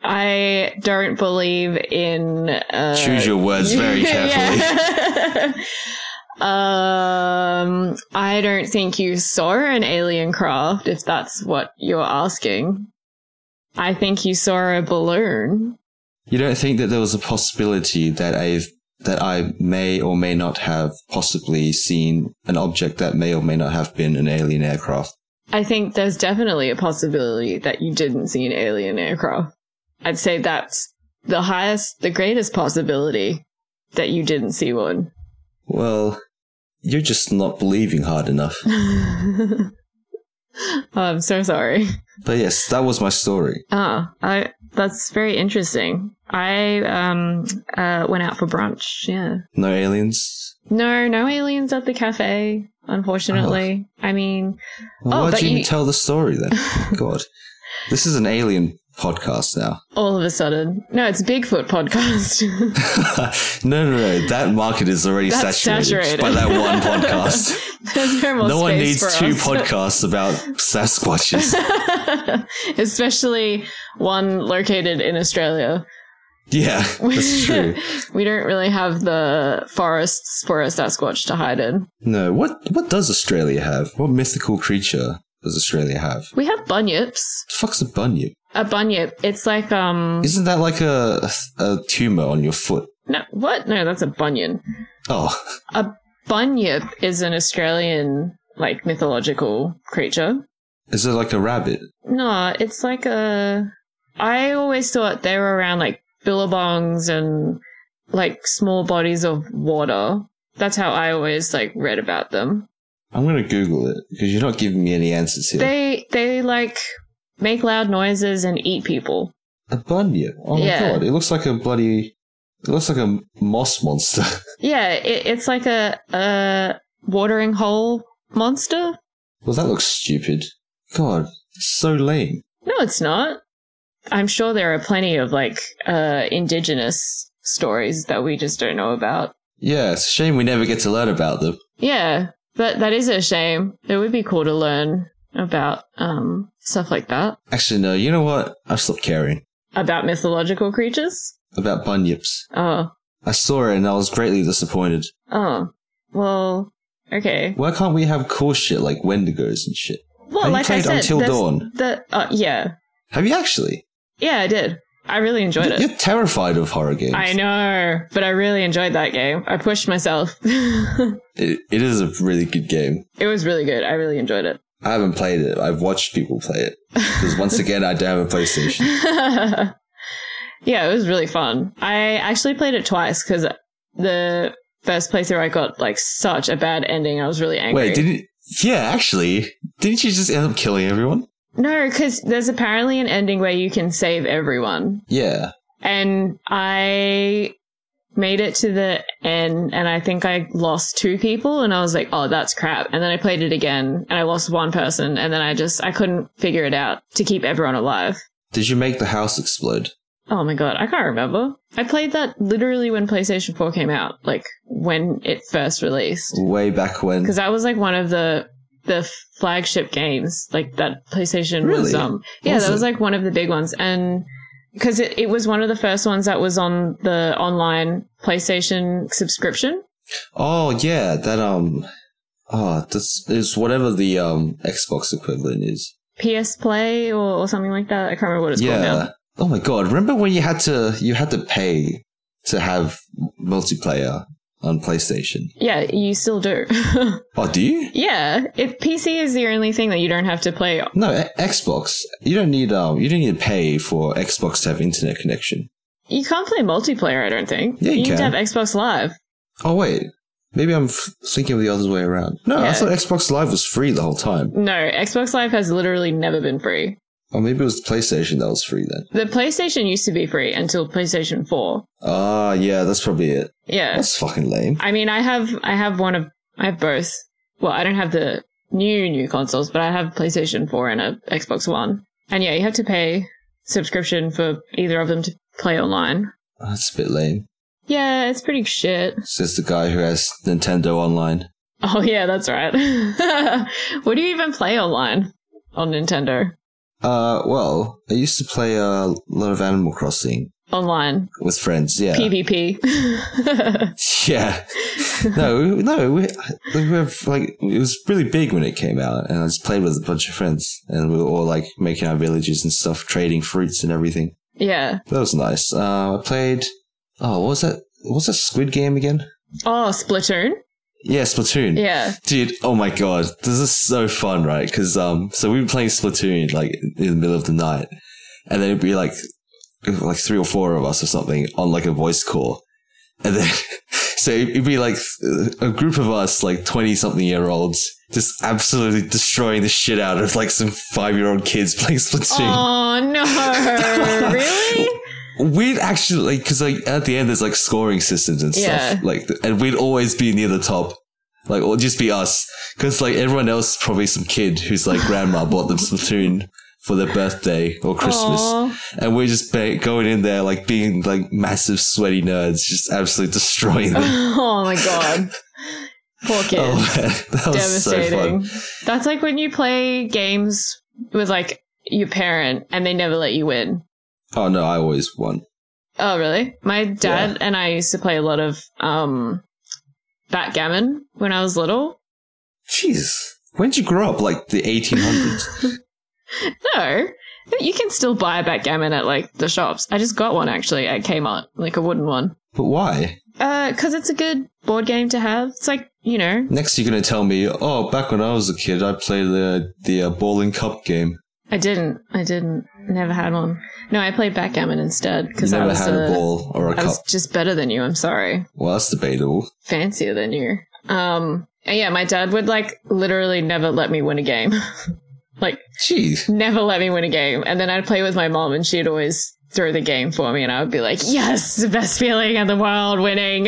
Speaker 2: I don't believe in. Uh,
Speaker 1: Choose your words very carefully.
Speaker 2: Yeah. um, I don't think you saw an alien craft, if that's what you're asking. I think you saw a balloon.
Speaker 1: You don't think that there was a possibility that I've that I may or may not have possibly seen an object that may or may not have been an alien aircraft.
Speaker 2: I think there's definitely a possibility that you didn't see an alien aircraft. I'd say that's the highest, the greatest possibility that you didn't see one.
Speaker 1: Well, you're just not believing hard enough.
Speaker 2: oh, I'm so sorry.
Speaker 1: But yes, that was my story.
Speaker 2: Ah, I that's very interesting. I um uh went out for brunch. Yeah.
Speaker 1: No aliens.
Speaker 2: No, no aliens at the cafe. Unfortunately, I mean,
Speaker 1: Well,
Speaker 2: Oh,
Speaker 1: Why
Speaker 2: but
Speaker 1: do you,
Speaker 2: you-
Speaker 1: tell the story then? God, this is an alien podcast now.
Speaker 2: all of a sudden, no, it's Bigfoot podcast.
Speaker 1: no, no, no. That market is already
Speaker 2: That's
Speaker 1: saturated,
Speaker 2: saturated.
Speaker 1: by that one podcast.
Speaker 2: There's no more
Speaker 1: no one
Speaker 2: space
Speaker 1: needs
Speaker 2: for
Speaker 1: two
Speaker 2: us.
Speaker 1: podcasts about Sasquatches.
Speaker 2: Especially one located in Australia.
Speaker 1: yeah, that's true.
Speaker 2: we don't really have the forests for a Sasquatch to hide in.
Speaker 1: No, what what does Australia have? What mythical creature does Australia have?
Speaker 2: We have bunyips.
Speaker 1: fuck's a bunyip?
Speaker 2: A bunyip. It's like um.
Speaker 1: Isn't that like a a tumor on your foot?
Speaker 2: no, what? No, that's a bunion.
Speaker 1: Oh,
Speaker 2: Bunyip is an Australian like mythological creature.
Speaker 1: is it like a rabbit?
Speaker 2: No, it's like a. I always thought they were around like billabongs and like small bodies of water. That's how I always like read about them.
Speaker 1: I'm gonna Google it because you're not giving me any answers here.
Speaker 2: They they like make loud noises and eat people.
Speaker 1: a bunyip. Oh my
Speaker 2: Yeah.
Speaker 1: god! It looks like a bloody. It looks like a moss monster.
Speaker 2: Yeah, it, it's like a a watering hole monster.
Speaker 1: well, that looks stupid. God, it's so lame.
Speaker 2: No, it's not. I'm sure there are plenty of like uh, indigenous stories that we just don't know about.
Speaker 1: Yeah, it's a shame we never get to learn about them.
Speaker 2: Yeah, but that is a shame. It would be cool to learn about um, stuff like that,
Speaker 1: Actually, no. You know what? I've stopped caring
Speaker 2: about mythological creatures.
Speaker 1: about bunyips.
Speaker 2: Oh,
Speaker 1: I saw it and I was greatly disappointed.
Speaker 2: oh, well, okay.
Speaker 1: Why can't we have cool shit like Wendigos and shit?
Speaker 2: Well,
Speaker 1: Have you
Speaker 2: like I
Speaker 1: played
Speaker 2: said,
Speaker 1: Until
Speaker 2: there's
Speaker 1: Dawn?
Speaker 2: The uh, yeah,
Speaker 1: Have you actually?
Speaker 2: yeah, I did. I really enjoyed it.
Speaker 1: You're terrified of horror games.
Speaker 2: I know, but I really enjoyed that game. I pushed myself. it
Speaker 1: It, it is a really good game.
Speaker 2: was really good. I really enjoyed it.
Speaker 1: I haven't played it. I've watched people play it because once again, I don't have a PlayStation.
Speaker 2: yeah, Yeah, it was really fun. I actually played it twice because the first playthrough I got like such a bad ending. I was really angry.
Speaker 1: Wait, didn't? Yeah, actually, didn't you just end up killing everyone?
Speaker 2: No, because there's apparently an ending where you can save everyone.
Speaker 1: Yeah.
Speaker 2: And I made it to the end and I think I lost two people and I was like, oh, that's crap. And then I played it again and I lost one person and then I just, I couldn't figure it out to keep everyone alive.
Speaker 1: Did you make the house explode?
Speaker 2: Oh my god, I can't remember. I played that literally when PlayStation 4 came out, like when it first released.
Speaker 1: Way back when.
Speaker 2: Because that was like one of the the flagship games, like that PlayStation was
Speaker 1: Really?
Speaker 2: um yeah,
Speaker 1: Was
Speaker 2: that was
Speaker 1: it?
Speaker 2: like one of the big ones and because it, it was one of the first ones that was on the online PlayStation subscription.
Speaker 1: Oh yeah, that um, oh this is whatever the um Xbox equivalent is.
Speaker 2: PS Play or, or something like that. I can't remember what it's called now.
Speaker 1: yeah. Oh my god! Remember when you had to you had to pay to have multiplayer on PlayStation?
Speaker 2: Yeah, you still do.
Speaker 1: Oh, do you?
Speaker 2: yeah, if PC is the only thing that you don't have to play.
Speaker 1: No, E- Xbox. You don't need um. You don't need to pay for Xbox to have internet connection.
Speaker 2: You can't play multiplayer, I don't think.
Speaker 1: Yeah, you
Speaker 2: need to have
Speaker 1: can.
Speaker 2: Xbox Live.
Speaker 1: Oh wait, maybe I'm f- thinking of the other way around. No, I
Speaker 2: Yeah.
Speaker 1: thought Xbox Live was free the whole time.
Speaker 2: No, Xbox Live has literally never been free.
Speaker 1: Or maybe it was PlayStation that was free then.
Speaker 2: The PlayStation used to be free until PlayStation 4.
Speaker 1: Ah, yeah, that's probably it.
Speaker 2: Yeah.
Speaker 1: That's fucking lame.
Speaker 2: I mean, I have I have one of I have both. Well, I don't have the new new consoles, but I have PlayStation 4 and a Xbox One. And yeah, you have to pay subscription for either of them to play online.
Speaker 1: That's a bit lame.
Speaker 2: Yeah, it's pretty shit.
Speaker 1: Says the guy who has Nintendo Online.
Speaker 2: Oh yeah, that's right. what do you even play online on Nintendo?
Speaker 1: Uh, well, I used to play a lot of Animal Crossing
Speaker 2: Online
Speaker 1: with friends. Yeah,
Speaker 2: PvP.
Speaker 1: yeah. no, we- no, we, we were like it was really big when it came out, and I just played with a bunch of friends, and we were all like making our villages and stuff, trading fruits and everything.
Speaker 2: yeah.
Speaker 1: That was nice. Uh, I played. Oh, what was that? What was that Squid Game again?
Speaker 2: Oh, Splatoon.
Speaker 1: Yeah, Splatoon.
Speaker 2: Yeah.
Speaker 1: Dude, oh my god, this is so fun, right? Because um, so we were playing Splatoon like in the middle of the night, and then it'd be like, like three or four of us or something on like a voice call, and then so it'd be like a group of us, like twenty something year olds, just absolutely destroying the shit out of like some five year old kids playing Splatoon.
Speaker 2: Oh no! really?
Speaker 1: We'd actually like because like at the end there's like scoring systems and stuff,
Speaker 2: Yeah.
Speaker 1: like, and we'd always be near the top. Like, or just be us. Because, like, everyone else is probably some kid who's, like, grandma bought them Splatoon for their birthday or Christmas.
Speaker 2: Aw.
Speaker 1: And we're just ba- going in there, like, being, like, massive sweaty nerds, just absolutely destroying them.
Speaker 2: Oh my god. Poor kids.
Speaker 1: Oh, man. That was so
Speaker 2: Devastating.
Speaker 1: fun.
Speaker 2: That's like when you play games with like your parent and they never let you win.
Speaker 1: Oh, no, I always won.
Speaker 2: Oh, really? My dad and I used to play a lot of um, backgammon when I was little.
Speaker 1: Jeez. When did you grow up? Like, the 1800s?
Speaker 2: No, you can still buy backgammon at like the shops. I just got one actually at Kmart, like a wooden one.
Speaker 1: but why?
Speaker 2: Uh, cause it's a good board game to have. It's like you know,
Speaker 1: Next, you're going to tell me, oh, back when I was a kid, I played the, the uh, ball and cup game.
Speaker 2: I didn't, I didn't, never had one. No, I played backgammon instead
Speaker 1: You
Speaker 2: because I
Speaker 1: never
Speaker 2: was
Speaker 1: had a,
Speaker 2: uh,
Speaker 1: ball or a
Speaker 2: I
Speaker 1: cup.
Speaker 2: was just better than you. I'm sorry.
Speaker 1: Well, that's debatable.
Speaker 2: fancier than you. Um, and yeah, my dad would like literally never let me win a game. like
Speaker 1: Jeez.
Speaker 2: never let me win a game. And then I'd play with my mom and she'd always throw the game for me and I would be like, "Yes, the best feeling in the world, winning."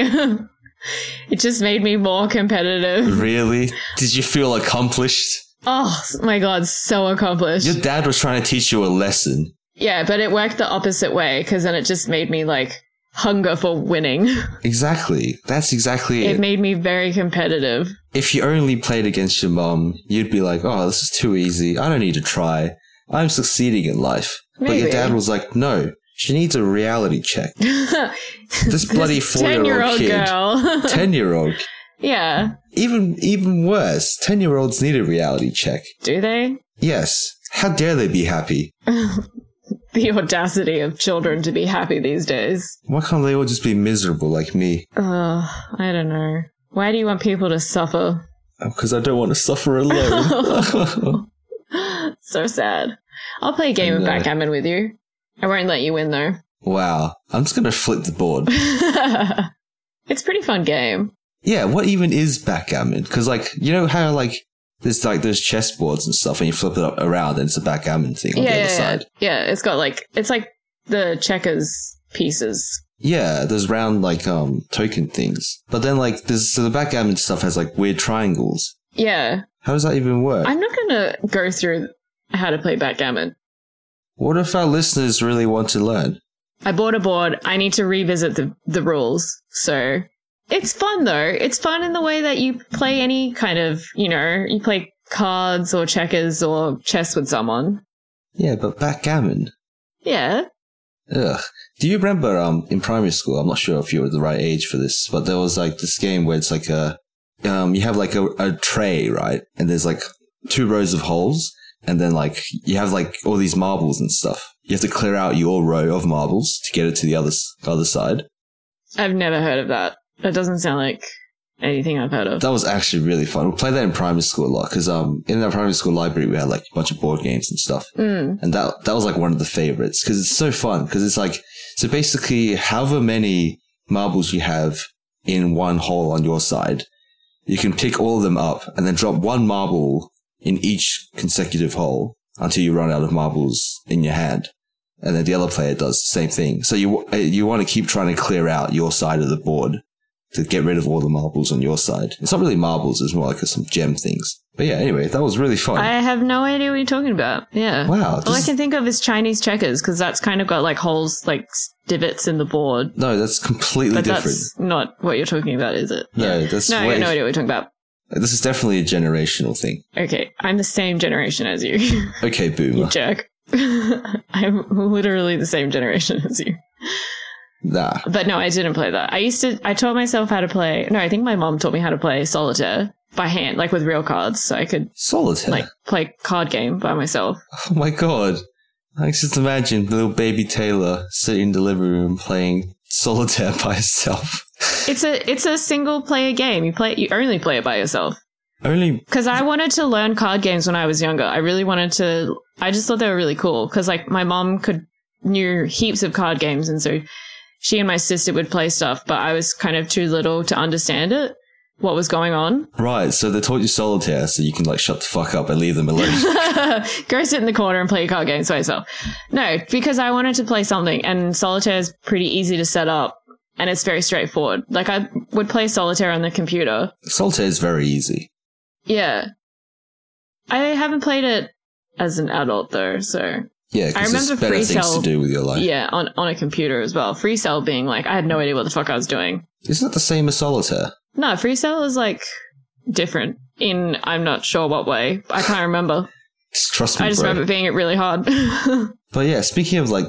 Speaker 2: it just made me more competitive.
Speaker 1: Really? Did you feel accomplished?
Speaker 2: Oh my god, so accomplished.
Speaker 1: Your dad was trying to teach you a lesson.
Speaker 2: yeah, but it worked the opposite way cuz then it just made me like hunger for winning.
Speaker 1: Exactly. That's exactly it.
Speaker 2: it made me very competitive.
Speaker 1: if you only played against your mom, you'd be like, oh, this is too easy. I don't need to try. I'm succeeding in life. But your
Speaker 2: Maybe.
Speaker 1: dad was like, no, she needs a reality check. This bloody four
Speaker 2: 10
Speaker 1: year
Speaker 2: year
Speaker 1: old
Speaker 2: old
Speaker 1: kid.
Speaker 2: girl.
Speaker 1: 10 year old.
Speaker 2: yeah.
Speaker 1: Even, even worse, 10 year olds need a reality check.
Speaker 2: Do they?
Speaker 1: Yes. How dare they be happy?
Speaker 2: The audacity of children to be happy these days.
Speaker 1: Why can't they all just be miserable like me?
Speaker 2: Ugh, I don't know. Why do you want people to suffer?
Speaker 1: Because Oh, I don't want to suffer alone.
Speaker 2: So sad. I'll play a game of
Speaker 1: No.
Speaker 2: backgammon with you. I won't let you win though.
Speaker 1: Wow. I'm just going to flip the board.
Speaker 2: it's a pretty fun game.
Speaker 1: Yeah, what even is backgammon? Because, like, you know how, like, there's like those chess boards and stuff, and you flip it up around, and it's a backgammon thing on
Speaker 2: yeah,
Speaker 1: the
Speaker 2: yeah,
Speaker 1: other
Speaker 2: yeah.
Speaker 1: side.
Speaker 2: yeah. It's got like it's like the checkers pieces.
Speaker 1: Yeah, those round, like, um, token things. But then, like, this, so the backgammon stuff has, like, weird triangles.
Speaker 2: Yeah,
Speaker 1: How does that even work?
Speaker 2: I'm not gonna go through how to play backgammon.
Speaker 1: what if our listeners really want to learn?
Speaker 2: I bought a board. I need to revisit the the rules. So it's fun though. It's fun in the way that you play any kind of you know you play cards or checkers or chess with someone.
Speaker 1: Yeah, but backgammon.
Speaker 2: Yeah,
Speaker 1: Ugh. Do you remember um in primary school? I'm not sure if you were the right age for this, but there was like this game where it's like a um you have like a, a tray, right? And there's like two rows of holes, and then like you have like all these marbles and stuff. You have to clear out your row of marbles to get it to the other s- other side.
Speaker 2: I've never heard of that. That doesn't sound like anything I've heard of.
Speaker 1: That was actually really fun. We played that in primary school a lot because um in our primary school library we had like a bunch of board games and stuff.
Speaker 2: Mm.
Speaker 1: and that that was like one of the favorites because it's so fun because it's like so basically however many marbles you have in one hole on your side you can pick all of them up and then drop one marble in each consecutive hole until you run out of marbles in your hand and then the other player does the same thing so you uh, you want to keep trying to clear out your side of the board to get rid of all the marbles on your side it's not really marbles it's more like some gem things but yeah anyway that was really fun
Speaker 2: I have no idea what you're talking about. Yeah.
Speaker 1: wow
Speaker 2: All
Speaker 1: this
Speaker 2: I
Speaker 1: is-
Speaker 2: can think of is Chinese checkers because that's kind of got like holes, like s- divots in the board.
Speaker 1: No, that's completely
Speaker 2: But
Speaker 1: different.
Speaker 2: that's not what you're talking about, is it?
Speaker 1: No, that's
Speaker 2: No, I
Speaker 1: way-
Speaker 2: got no idea what you're talking about.
Speaker 1: this is definitely a generational thing.
Speaker 2: Okay, I'm the same generation as you,
Speaker 1: Okay, boomer.
Speaker 2: you jerk. I'm literally the same generation as you.
Speaker 1: nah.
Speaker 2: But no, I didn't play that. I used to, I taught myself how to play. No, I think my mom taught me how to play solitaire by hand, like with real cards, so I could
Speaker 1: Solitaire.
Speaker 2: like play card game by myself.
Speaker 1: oh my god. I can just imagine little baby Taylor sitting in the living room playing solitaire by herself.
Speaker 2: It's a it's a single player game. You play you only play it by yourself.
Speaker 1: Only
Speaker 2: Because I wanted to learn card games when I was younger. I really wanted to. I just thought they were really cool. Because like my mom could knew heaps of card games, and so she and my sister would play stuff. But I was kind of too little to understand it, what was going on.
Speaker 1: right. So they taught you solitaire, so you can like shut the fuck up and leave them alone.
Speaker 2: Go sit in the corner and play your card games by yourself. No, because I wanted to play something, and solitaire is pretty easy to set up, and it's very straightforward. Like I would play solitaire on the computer.
Speaker 1: solitaire is very easy.
Speaker 2: Yeah, I haven't played it as an adult though, so
Speaker 1: Yeah,
Speaker 2: I
Speaker 1: because there's
Speaker 2: remember
Speaker 1: better
Speaker 2: free
Speaker 1: things
Speaker 2: cell-
Speaker 1: to do with your life.
Speaker 2: Yeah, on, on a computer as well. Free cell being like, I had no idea what the fuck I was doing.
Speaker 1: Isn't that the same as solitaire?
Speaker 2: No, free cell is like different in I'm not sure what way. I can't remember.
Speaker 1: Just trust me,
Speaker 2: I just
Speaker 1: bro.
Speaker 2: remember it being it really hard.
Speaker 1: But yeah, speaking of like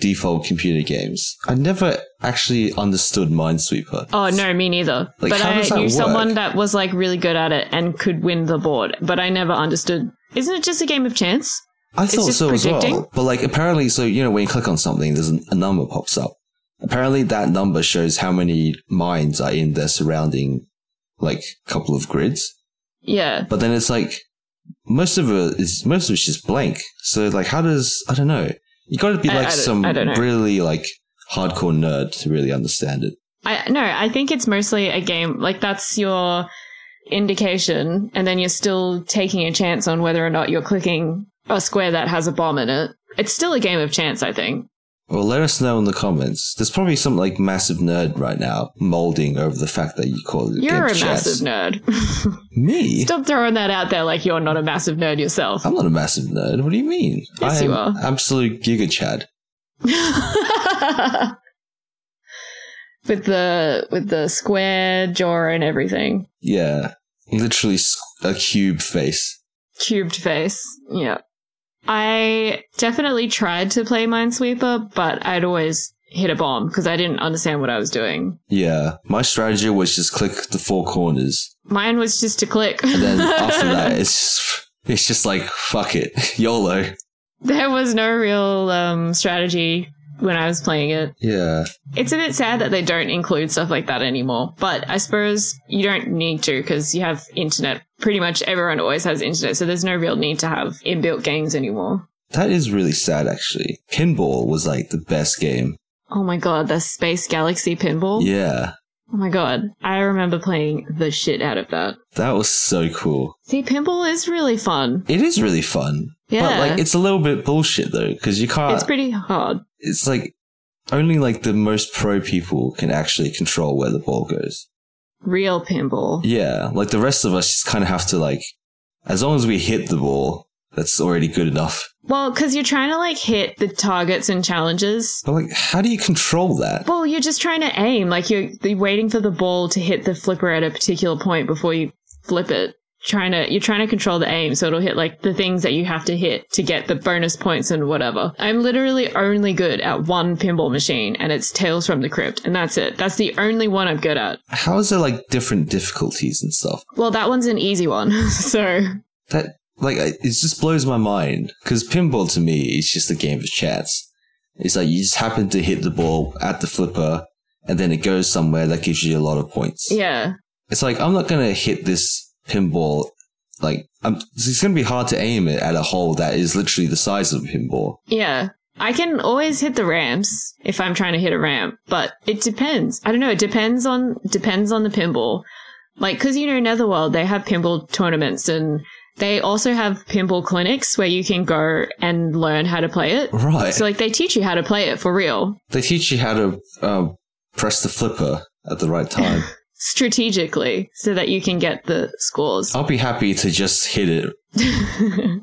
Speaker 1: default computer games, I never actually understood Minesweeper.
Speaker 2: oh no, me neither.
Speaker 1: Like,
Speaker 2: but
Speaker 1: how
Speaker 2: I
Speaker 1: does that
Speaker 2: knew
Speaker 1: work?
Speaker 2: someone that was like really good at it and could win the board, but I never understood. Isn't it just a game of chance?
Speaker 1: I thought
Speaker 2: just
Speaker 1: so as
Speaker 2: predicting?
Speaker 1: well. But like apparently, so you know when you click on something, there's an, a number pops up. Apparently, that number shows how many mines are in their surrounding, like couple of grids.
Speaker 2: Yeah.
Speaker 1: But then it's like most of it is most of it's just blank. So like, how does I don't know? You got to be
Speaker 2: I-
Speaker 1: like
Speaker 2: I don't-
Speaker 1: some
Speaker 2: I don't know.
Speaker 1: really like hardcore nerd to really understand it.
Speaker 2: I no, I think it's mostly a game like that's your indication and then you're still taking a chance on whether or not you're clicking a square that has a bomb in it. It's still a game of chance, I think.
Speaker 1: Well, let us know in the comments. There's probably some like massive nerd right now molding over the fact that you call it.
Speaker 2: You're a
Speaker 1: game chats.
Speaker 2: massive nerd.
Speaker 1: Me?
Speaker 2: Stop throwing that out there like you're not a massive nerd yourself.
Speaker 1: I'm not a massive nerd. What do you mean?
Speaker 2: Yes,
Speaker 1: I am
Speaker 2: you are.
Speaker 1: Absolute giga chad.
Speaker 2: with the with the square jaw and everything.
Speaker 1: Yeah, literally s- a cube face.
Speaker 2: cubed face. Yeah. I definitely tried to play Minesweeper, but I'd always hit a bomb because I didn't understand what I was doing.
Speaker 1: Yeah, my strategy was just click the four corners,
Speaker 2: Mine was just to click.
Speaker 1: and then after that, it's just, it's just like fuck it, YOLO.
Speaker 2: there was no real um, strategy when I was playing it.
Speaker 1: Yeah,
Speaker 2: It's a bit sad that they don't include stuff like that anymore, but I suppose you don't need to because you have internet. Pretty much everyone always has internet, so there's no real need to have inbuilt games anymore.
Speaker 1: that is really sad. Actually, pinball was like the best game.
Speaker 2: Oh my god, the Space Galaxy pinball.
Speaker 1: Yeah.
Speaker 2: Oh my god, I remember playing the shit out of that.
Speaker 1: That was so cool.
Speaker 2: See, pinball is really fun.
Speaker 1: It is really fun.
Speaker 2: Yeah,
Speaker 1: But like,
Speaker 2: it's,
Speaker 1: it's a little bit bullshit though, because you can't.
Speaker 2: pretty hard.
Speaker 1: it's like only like the most pro people can actually control where the ball goes.
Speaker 2: Real pinball.
Speaker 1: Yeah, like the rest of us just kind of have to like, as long as we hit the ball, that's already good enough.
Speaker 2: Well, because you're trying to like hit the targets and challenges.
Speaker 1: But like, how do you control that?
Speaker 2: Well, you're just trying to aim. Like you're, you're waiting for the ball to hit the flipper at a particular point before you flip it. Trying to, you're trying to control the aim, so it'll hit like the things that you have to hit to get the bonus points and whatever. I'm literally only good at one pinball machine, and it's Tales from the Crypt, and that's it. That's the only one I'm good at.
Speaker 1: How is there like different difficulties and stuff?
Speaker 2: Well, that one's an easy one, so
Speaker 1: That like I- it just blows my mind because pinball to me is just a game of chance. It's like you just happen to hit the ball at the flipper, and then it goes somewhere that gives you a lot of points.
Speaker 2: yeah.
Speaker 1: it's like I'm not gonna hit this pinball. Like I'm, it's gonna be hard to aim it at a hole that is literally the size of a pinball.
Speaker 2: Yeah. I can always hit the ramps if I'm trying to hit a ramp, but it depends. I don't know, it depends on depends on the pinball. Like cuz you know Netherworld, they have pinball tournaments and they also have pinball clinics where you can go and learn how to play it.
Speaker 1: Right.
Speaker 2: So like they teach you how to play it for real,
Speaker 1: they teach you how to um, press the flipper at the right time.
Speaker 2: strategically, so that you can get the scores.
Speaker 1: I'll be happy to just hit it.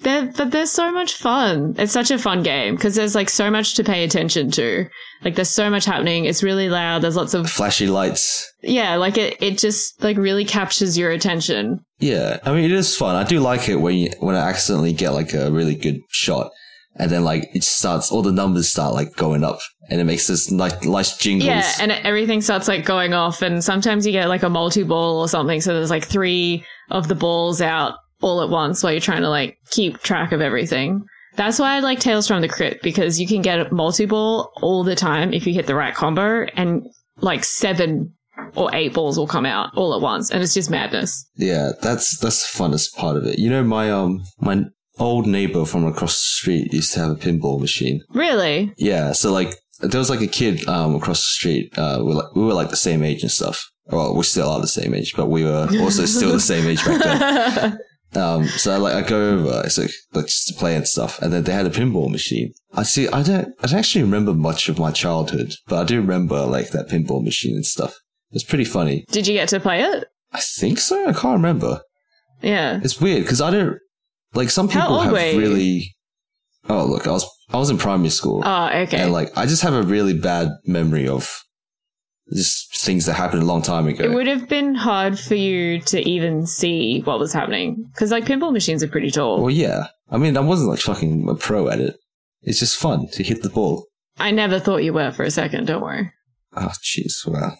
Speaker 2: they're, but they're so much fun. It's such a fun game because there's like so much to pay attention to. Like there's so much happening. It's really loud. There's lots of
Speaker 1: Flashy lights.
Speaker 2: yeah. Like it, it just like really captures your attention.
Speaker 1: Yeah, I mean it is fun. I do like it when you, when I accidentally get like a really good shot, and then like it starts all the numbers start like going up, and it makes this nice nice jingles.
Speaker 2: Yeah, and everything starts like going off. And sometimes you get like a multi ball or something. So there's like three of the balls out all at once while you're trying to like keep track of everything. That's why I like Tales from the Crypt because you can get a multi ball all the time if you hit the right combo, and like seven or eight balls will come out all at once, and it's just madness.
Speaker 1: Yeah, that's that's the funnest part of it. You know, my um my old neighbor from across the street used to have a pinball machine.
Speaker 2: Really?
Speaker 1: Yeah, so like there was like a kid um across the street. Uh, we were like, we were like the same age and stuff. Well, we still are the same age, but we were also still the same age back then. Um, so I, like I go over, it's like, like just to play and stuff, and then they had a pinball machine. I see. I don't. I don't actually remember much of my childhood, but I do remember like that pinball machine and stuff. It's pretty funny.
Speaker 2: Did you get to play it?
Speaker 1: I think so. I can't remember.
Speaker 2: Yeah.
Speaker 1: It's weird because I don't like some
Speaker 2: How
Speaker 1: people
Speaker 2: old
Speaker 1: have
Speaker 2: were you?
Speaker 1: really. Oh look, I was I was in primary school,
Speaker 2: Oh, okay.
Speaker 1: and like I just have a really bad memory of just things that happened a long time
Speaker 2: It
Speaker 1: ago.
Speaker 2: would have been hard for you to even see what was happening because, like, pinball machines are pretty tall.
Speaker 1: well, yeah, I mean I wasn't like fucking a pro at it. It's just fun to hit the ball.
Speaker 2: I never thought you were for a second. Don't worry.
Speaker 1: Oh jeez, wow,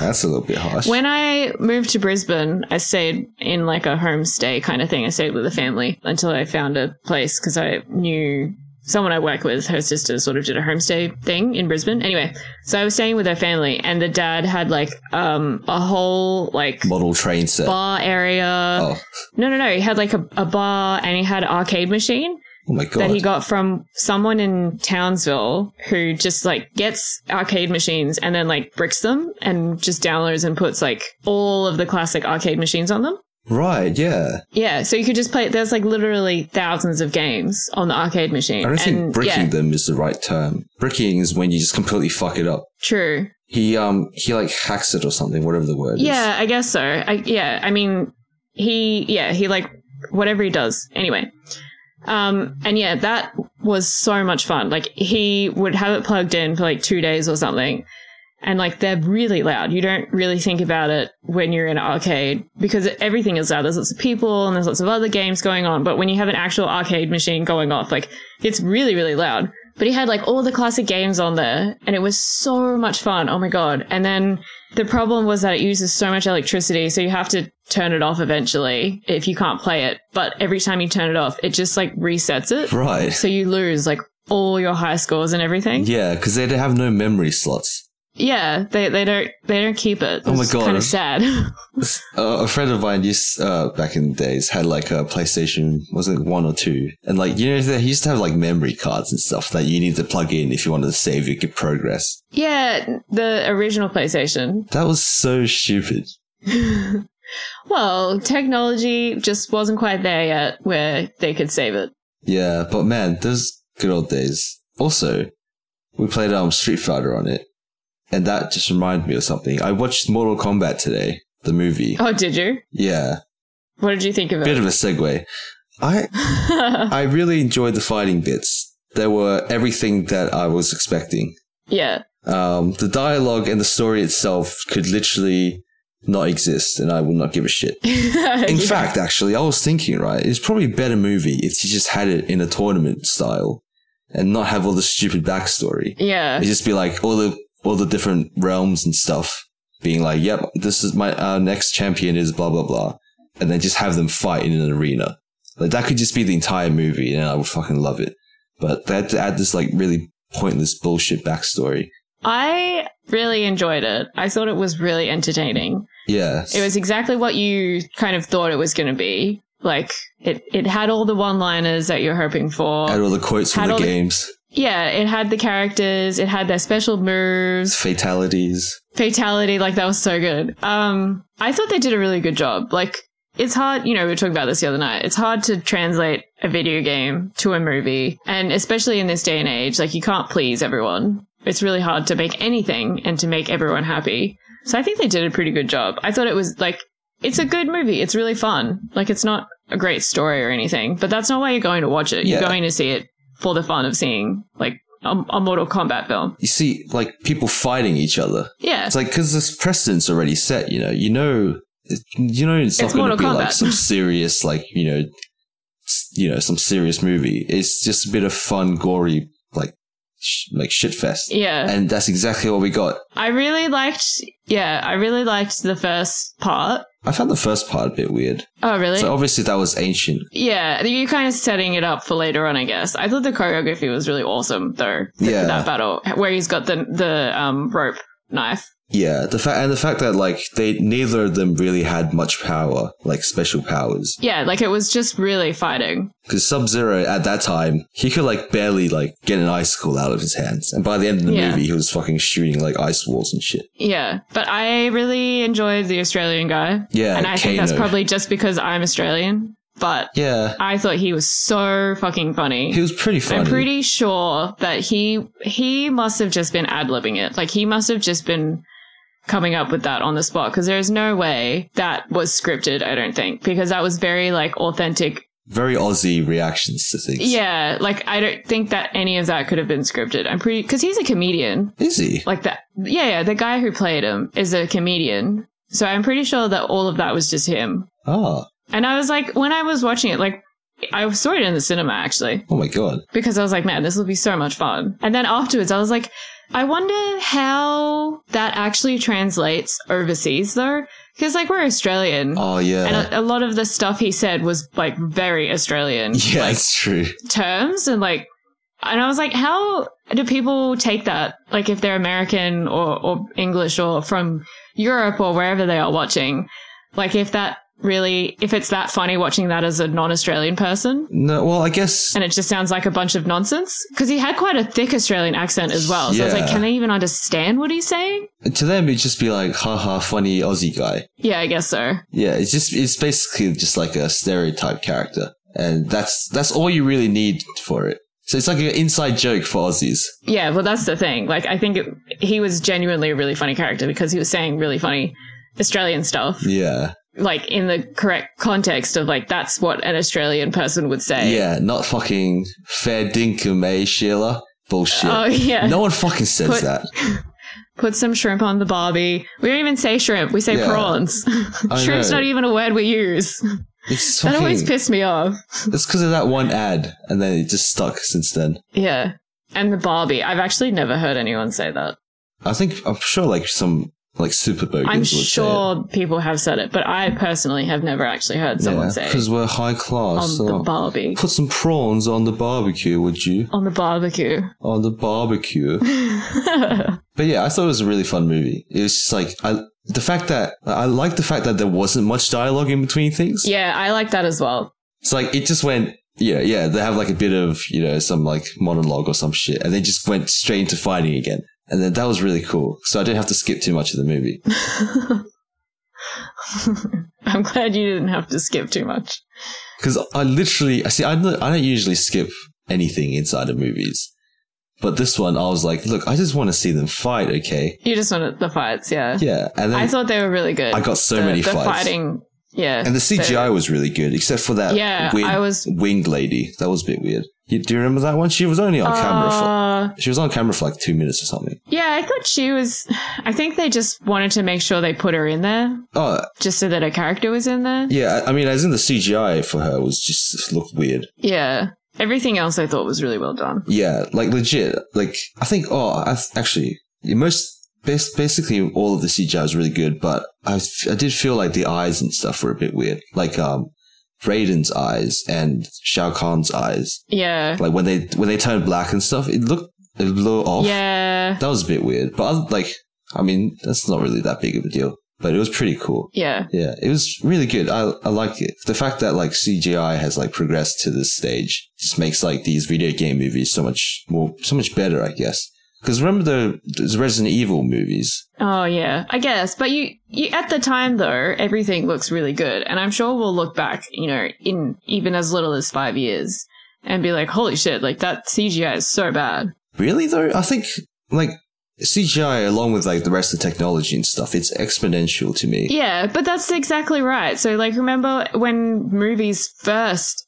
Speaker 1: that's a little bit harsh.
Speaker 2: When I moved to Brisbane, I stayed in like a homestay kind of thing. I stayed with a family until I found a place because I knew someone I work with. Her sister sort of did a homestay thing in Brisbane. Anyway, so I was staying with her family, and the dad had like um a whole like
Speaker 1: Model train set.
Speaker 2: bar area.
Speaker 1: Oh,
Speaker 2: No, no, no. He had like a, a bar and he had an arcade machine.
Speaker 1: oh my god.
Speaker 2: that he got from someone in Townsville who just like gets arcade machines and then like bricks them and just downloads and puts like all of the classic arcade machines on them.
Speaker 1: right, yeah.
Speaker 2: Yeah, so you could just play. There's like literally thousands of games on the arcade machine.
Speaker 1: I don't think
Speaker 2: And,
Speaker 1: bricking
Speaker 2: yeah,
Speaker 1: them is the right term. Bricking is when you just completely fuck it up.
Speaker 2: True.
Speaker 1: He um he like hacks it or something, whatever the word is.
Speaker 2: Yeah, I guess so. I, yeah, I mean, he, yeah, he like whatever he does. Anyway, um, and yeah, that was so much fun. Like he would have it plugged in for like two days or something, and like they're really loud. You don't really think about it when you're in an arcade because everything is loud. There's lots of people and there's lots of other games going on, but when you have an actual arcade machine going off, like it's really really loud. But he had like all the classic games on there, and it was so much fun. Oh my god! And then the problem was that it uses so much electricity, so you have to turn it off eventually if you can't play it. But every time you turn it off, it just like resets it.
Speaker 1: Right.
Speaker 2: So you lose like all your high scores and everything.
Speaker 1: Yeah, because they don't have no memory slots.
Speaker 2: Yeah, they, they don't they don't keep it.
Speaker 1: Oh my God.
Speaker 2: kind of sad.
Speaker 1: Uh, a friend of mine used uh, back in the days had like a PlayStation, was it one or two? And like you know, they used to have like memory cards and stuff that you need to plug in if you wanted to save your progress.
Speaker 2: yeah, the original PlayStation.
Speaker 1: That was so stupid.
Speaker 2: Well, technology just wasn't quite there yet where they could save it.
Speaker 1: Yeah, but man, those good old days. Also, we played um Street Fighter on it, and that just reminded me of something. I watched Mortal Kombat today, the movie.
Speaker 2: Oh, did you?
Speaker 1: Yeah,
Speaker 2: What did you think of
Speaker 1: bit
Speaker 2: it?
Speaker 1: of a segue. I I really enjoyed the fighting bits. They were everything that I was expecting.
Speaker 2: yeah.
Speaker 1: Um, the dialogue and the story itself could literally not exist, and I will not give a shit. In fact, actually, I was thinking, right, it's probably a better movie if you just had it in a tournament style and not have all the stupid backstory.
Speaker 2: yeah.
Speaker 1: It'd just be like all the all the different realms and stuff being like, "Yep, this is my our next champion is blah blah blah," and then just have them fight in an arena. Like that could just be the entire movie, and I would fucking love it. But they had to add this like really pointless bullshit backstory.
Speaker 2: I really enjoyed it. I thought it was really entertaining.
Speaker 1: Yeah,
Speaker 2: It was exactly what you kind of thought it was going to be. Like it, it had all the one-liners that you're hoping for.
Speaker 1: Add all the quotes from
Speaker 2: had
Speaker 1: the
Speaker 2: all the-
Speaker 1: games,
Speaker 2: yeah, it had the characters, it had their special moves,
Speaker 1: fatalities.
Speaker 2: fatality. Like that was so good. Um, I thought they did a really good job. Like it's hard, you know, we were talking about this the other night. It's hard to translate a video game to a movie, and especially in this day and age, like you can't please everyone. It's really hard to make anything and to make everyone happy. So I think they did a pretty good job. I thought it was like it's a good movie. It's really fun. Like it's not a great story or anything, but that's not why you're going to watch it. You're
Speaker 1: Yeah.
Speaker 2: going to see it for the fun of seeing like a, a Mortal Kombat film.
Speaker 1: You see, like people fighting each other.
Speaker 2: Yeah.
Speaker 1: It's like because this precedent's already set. You know, you know, it- you know, it's not
Speaker 2: It's
Speaker 1: going to be
Speaker 2: Mortal
Speaker 1: like
Speaker 2: Kombat.
Speaker 1: some serious, like you know, s- you know, some serious movie. It's just a bit of fun, gory, like sh- like shit fest.
Speaker 2: yeah.
Speaker 1: And that's exactly what we got.
Speaker 2: I really liked, yeah, I really liked the first part.
Speaker 1: I found the first part a bit weird.
Speaker 2: Oh, really?
Speaker 1: So obviously that was ancient.
Speaker 2: yeah, you're kind of setting it up for later on, I guess. I thought the choreography was really awesome, though. th-
Speaker 1: Yeah.
Speaker 2: For that battle, where he's got the the um, rope knife.
Speaker 1: Yeah, the fact and the fact that like they neither of them really had much power, like special powers.
Speaker 2: Yeah, like it was just really fighting.
Speaker 1: Because Sub Zero at that time, he could like barely like get an icicle out of his hands, and by the end of the
Speaker 2: Yeah.
Speaker 1: movie, he was fucking shooting like ice walls and shit.
Speaker 2: Yeah, but I really enjoyed the Australian guy.
Speaker 1: Yeah,
Speaker 2: and I think
Speaker 1: Uh, Kano.
Speaker 2: that's probably just because I'm Australian, but
Speaker 1: Yeah,
Speaker 2: I thought he was so fucking funny.
Speaker 1: he was pretty funny.
Speaker 2: I'm pretty sure that he he must have just been ad libbing it. Like he must have just been coming up with that on the spot because there is no way that was scripted. I don't think because that was very like authentic.
Speaker 1: Very Aussie reactions to things.
Speaker 2: Yeah, like I don't think that any of that could have been scripted. I'm pretty because he's a comedian.
Speaker 1: is he?
Speaker 2: Like that. Yeah, yeah. The guy who played him is a comedian, so I'm pretty sure that all of that was just him.
Speaker 1: Ah,
Speaker 2: And I was like, when I was watching it, like I saw it in the cinema actually
Speaker 1: oh my god.
Speaker 2: because I was like, man, this will be so much fun. And then afterwards, I was like, I wonder how that actually translates overseas, though, because like we're Australian,
Speaker 1: Oh yeah,
Speaker 2: and uh, a, a lot of the stuff he said was like very Australian
Speaker 1: yeah,
Speaker 2: like,
Speaker 1: it's true.
Speaker 2: terms, and like, and I was like, how do people take that? Like, if they're American or or English or from Europe or wherever they are watching, like if that really if it's that funny watching that as a non-Australian person
Speaker 1: No, well, I guess
Speaker 2: and it just sounds like a bunch of nonsense because he had quite a thick Australian accent as well. So it's
Speaker 1: Yeah.
Speaker 2: like, can they even understand what he's saying?
Speaker 1: to them it'd just be like, haha, funny Aussie guy.
Speaker 2: Yeah, I guess so.
Speaker 1: Yeah, it's just it's basically just like a stereotype character, and that's that's all you really need for it. So it's like an inside joke for Aussies.
Speaker 2: Yeah, well, that's the thing. Like, I think it, he was genuinely a really funny character because he was saying really funny Australian stuff,
Speaker 1: Yeah,
Speaker 2: like in the correct context of like that's what an Australian person would say.
Speaker 1: yeah, not fucking fair dinkum, eh, Sheila? Bullshit.
Speaker 2: Oh yeah.
Speaker 1: No one fucking says
Speaker 2: Put-
Speaker 1: that.
Speaker 2: Put some shrimp on the barbie. We don't even say shrimp. We say
Speaker 1: Yeah.
Speaker 2: prawns.
Speaker 1: I
Speaker 2: Shrimp's
Speaker 1: know.
Speaker 2: not even a word we use.
Speaker 1: It's
Speaker 2: That
Speaker 1: fucking,
Speaker 2: always pissed me off.
Speaker 1: It's because of that one ad, and then it just stuck since then.
Speaker 2: Yeah. And the Barbie. I've actually never heard anyone say that.
Speaker 1: I think I'm sure like some like super bogans
Speaker 2: I'm
Speaker 1: would say
Speaker 2: sure people have said it, but I personally have never actually heard someone say
Speaker 1: because we're high class.
Speaker 2: on
Speaker 1: so-
Speaker 2: the Barbie.
Speaker 1: Put some prawns on the barbecue, would you?
Speaker 2: On the barbecue.
Speaker 1: On the barbecue. But yeah, I thought it was a really fun movie. It was just like I the fact that I like the fact that there wasn't much dialogue in between things.
Speaker 2: Yeah, I like that as well.
Speaker 1: It's like it just went. Yeah, yeah. They have like a bit of you know some like monologue or some shit, and they just went straight into fighting again. And then that was really cool. So I didn't have to skip too much of the movie.
Speaker 2: I'm glad you didn't have to skip too much.
Speaker 1: Because I literally, I see, I don't, I don't usually skip anything inside of movies, but this one, I was like, look, I just want to see them fight, okay?
Speaker 2: You just wanted the fights, yeah.
Speaker 1: Yeah, and then
Speaker 2: I thought they were really good.
Speaker 1: I got so
Speaker 2: the,
Speaker 1: many
Speaker 2: the
Speaker 1: fights.
Speaker 2: fighting, yeah.
Speaker 1: and the CGI
Speaker 2: they're-
Speaker 1: was really good, except for that
Speaker 2: Yeah,
Speaker 1: weird
Speaker 2: I was-
Speaker 1: winged lady. That was a bit weird. You, do you remember that one? She was only on camera for
Speaker 2: Uh,
Speaker 1: she was on camera for like two minutes or something.
Speaker 2: yeah, I thought she was. I think they just wanted to make sure they put her in there,
Speaker 1: Oh
Speaker 2: just so that her character was in there.
Speaker 1: yeah, I, I mean, as in the CGI for her was just just looked weird.
Speaker 2: Yeah. Everything else I thought was really well done.
Speaker 1: Yeah, like legit. Like I think. Oh, I th- actually, the most bas- basically all of the CGI was really good, but I f- I did feel like the eyes and stuff were a bit weird. Like um, Raiden's eyes and Shao Kahn's eyes.
Speaker 2: Yeah.
Speaker 1: Like when they when they turned black and stuff, it looked a little off.
Speaker 2: Yeah.
Speaker 1: that was a bit weird. But other, like, I mean, that's not really that big of a deal. But it was pretty cool.
Speaker 2: Yeah.
Speaker 1: Yeah, it was really good. I I like it. The fact that like CGI has like progressed to this stage just makes like these video game movies so much more, so much better, I guess. Because remember the, those Resident Evil movies?
Speaker 2: Oh yeah. I guess. But you, you at the time though, everything looks really good. And I'm sure we'll look back, you know, in even as little as five years and be like, holy shit, like that CGI is so bad.
Speaker 1: Really though, I think like CGI along with like the rest of the technology and stuff, it's exponential to me.
Speaker 2: Yeah, but that's exactly right. So like remember when movies first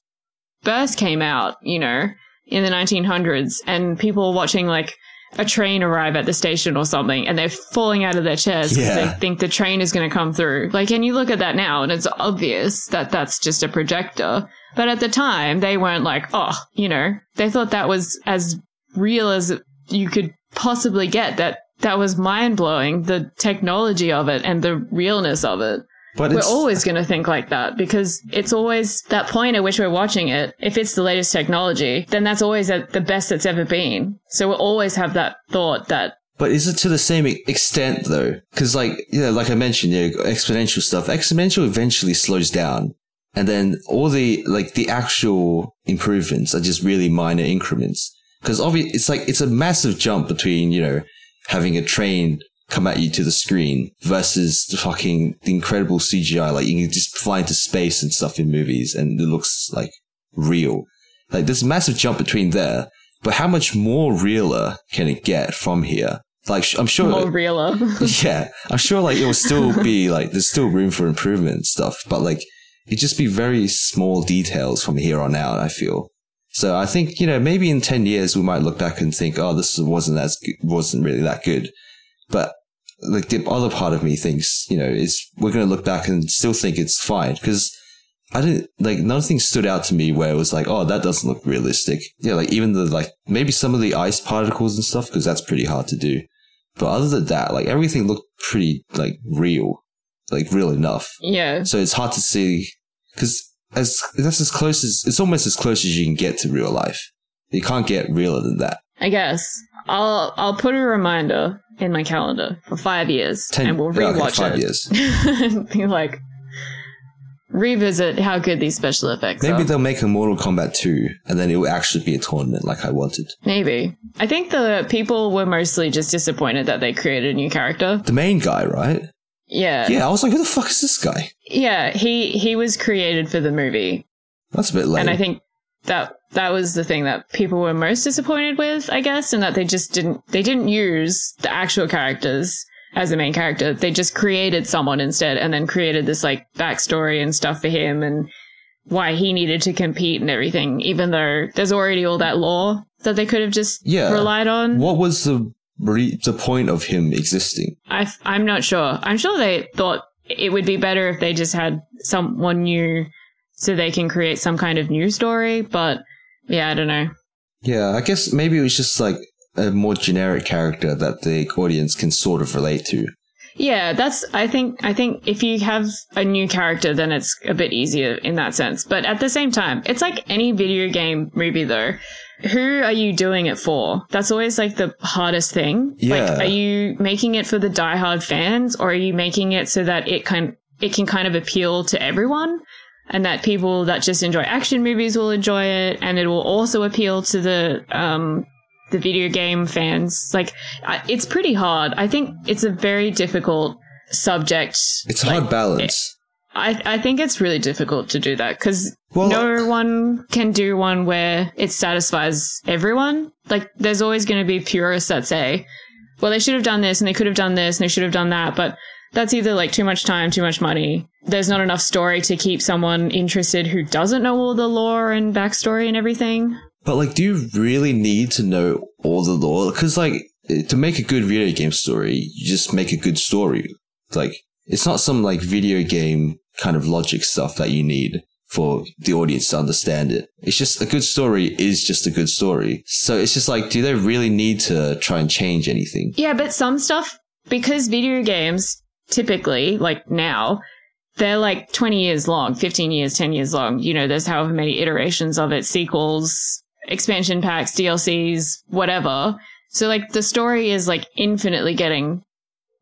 Speaker 2: first came out, you know, in the 1900s and people were watching like a train arrive at the station or something and they're falling out of their chairs because
Speaker 1: Yeah.
Speaker 2: they think the train is going to come through. Like and you look at that now and it's obvious that that's just a projector. But at the time they weren't like, "Oh, you know." They thought that was as real as you could possibly get that that was mind blowing the technology of it and the realness of it
Speaker 1: But
Speaker 2: we're
Speaker 1: it's,
Speaker 2: always going to think like that because it's always that point at which we're watching it if it's the latest technology then that's always at the best it's ever been so we'll always have that thought that
Speaker 1: But is it to the same e- extent though? Because like yeah, like I mentioned, you know, exponential stuff. Exponential eventually slows down, and then all the like the actual improvements are just really minor increments. Because obviously, it's like it's a massive jump between you know having a train come at you to the screen versus the fucking the incredible CGI. Like you can just fly into space and stuff in movies, and it looks like real. Like there's a massive jump between there, but how much more realer can it get from here? Like sh- I'm sure,
Speaker 2: more realer
Speaker 1: yeah, I'm sure. Like it will still be like there's still room for improvement and stuff, but like it just be very small details from here on out. I feel. So I think you know maybe in ten years we might look back and think, oh, this wasn't as good, wasn't really that good, but like the other part of me thinks you know is we're going to look back and still think it's fine because I didn't like nothing stood out to me where it was like, oh, that doesn't look realistic. Yeah, like even the like maybe some of the ice particles and stuff because that's pretty hard to do. But other than that, like everything looked pretty like real, like real enough.
Speaker 2: yeah
Speaker 1: So it's hard to see because as that's as close as it's almost as close as you can get to real life. You can't get realer than that.
Speaker 2: i guess i'll i'll put a reminder in my calendar for five years
Speaker 1: Ten
Speaker 2: and we'll
Speaker 1: yeah, okay,
Speaker 2: rewatch
Speaker 1: five
Speaker 2: it
Speaker 1: years.
Speaker 2: and be like revisit how good these special effects
Speaker 1: Maybe
Speaker 2: are
Speaker 1: they'll make a Mortal Kombat 2 and then it will actually be a tournament like I wanted.
Speaker 2: Maybe. I think the people were mostly just disappointed that they created a new character.
Speaker 1: The main guy, right?
Speaker 2: Yeah.
Speaker 1: Yeah, I was like, who the fuck is this guy?
Speaker 2: Yeah, he he was created for the movie.
Speaker 1: That's a bit lame.
Speaker 2: And I think that that was the thing that people were most disappointed with, I guess, and that they just didn't they didn't use the actual characters as the main character. They just created someone instead and then created this like backstory and stuff for him and why he needed to compete and everything, even though there's already all that lore that they could have just
Speaker 1: Yeah.
Speaker 2: relied on.
Speaker 1: what was the re- the point of him existing?
Speaker 2: I, am not sure. I'm sure they thought it would be better if they just had someone new so they can create some kind of new story, but yeah, I don't know.
Speaker 1: Yeah, I guess maybe it was just like a more generic character that the audience can sort of relate to.
Speaker 2: Yeah, that's I think I think if you have a new character then it's a bit easier in that sense. But at the same time, it's like any video game movie though. who are you doing it for? That's always like the hardest thing.
Speaker 1: Yeah.
Speaker 2: Like, are you making it for the diehard fans or are you making it so that it can, it can kind of appeal to everyone and that people that just enjoy action movies will enjoy it and it will also appeal to the, um, the video game fans. Like, I, it's pretty hard. I think it's a very difficult subject.
Speaker 1: It's a hard balance.
Speaker 2: I, I think it's really difficult to do that because
Speaker 1: Well-
Speaker 2: no one can do one where it satisfies everyone. Like, there's always going to be purists that say, well, they should have done this and they could have done this and they should have done that, but that's either like too much time, too much money. There's not enough story to keep someone interested who doesn't know all the lore and backstory and everything.
Speaker 1: But like, do you really need to know all the lore? Because like, to make a good video game story, you just make a good story. Like, it's not some like video game kind of logic stuff that you need for the audience to understand it. It's just a good story is just a good story. So it's just like, do they really need to try and change anything?
Speaker 2: Yeah, but some stuff, because video games typically, like now, they're like 20 years long, 15 years, 10 years long. You know, there's however many iterations of it, sequels, expansion packs, DLCs, whatever. So, like, the story is like infinitely getting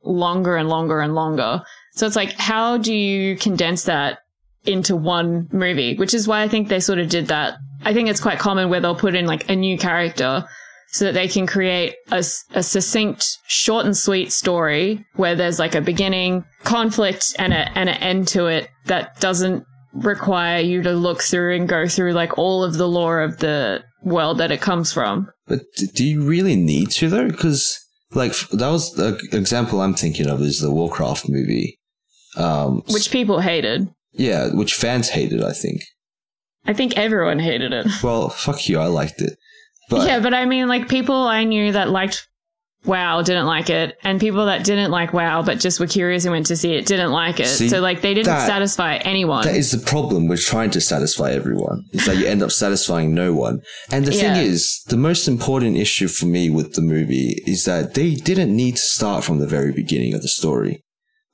Speaker 2: longer and longer and longer. So, it's like, how do you condense that into one movie? Which is why I think they sort of did that. I think it's quite common where they'll put in like a new character so that they can create a, s- a succinct, short and sweet story where there's like a beginning, conflict, and a and an end to it that doesn't require you to look through and go through like all of the lore of the world that it comes from.
Speaker 1: But d- do you really need to though? Because like f- that was the example I'm thinking of is the Warcraft movie, um,
Speaker 2: Which people hated.
Speaker 1: yeah, which fans hated, I think.
Speaker 2: I think everyone hated it.
Speaker 1: Well, fuck you, I liked it. But
Speaker 2: yeah, but I mean like people I knew that liked WoW didn't like it, and people that didn't like WoW but just were curious and went to see it didn't like it.
Speaker 1: See,
Speaker 2: so like they didn't
Speaker 1: that-
Speaker 2: satisfy anyone.
Speaker 1: that is the problem with trying to satisfy everyone. Is that you end up satisfying no one. And the
Speaker 2: Yeah.
Speaker 1: thing is, the most important issue for me with the movie is that they didn't need to start from the very beginning of the story.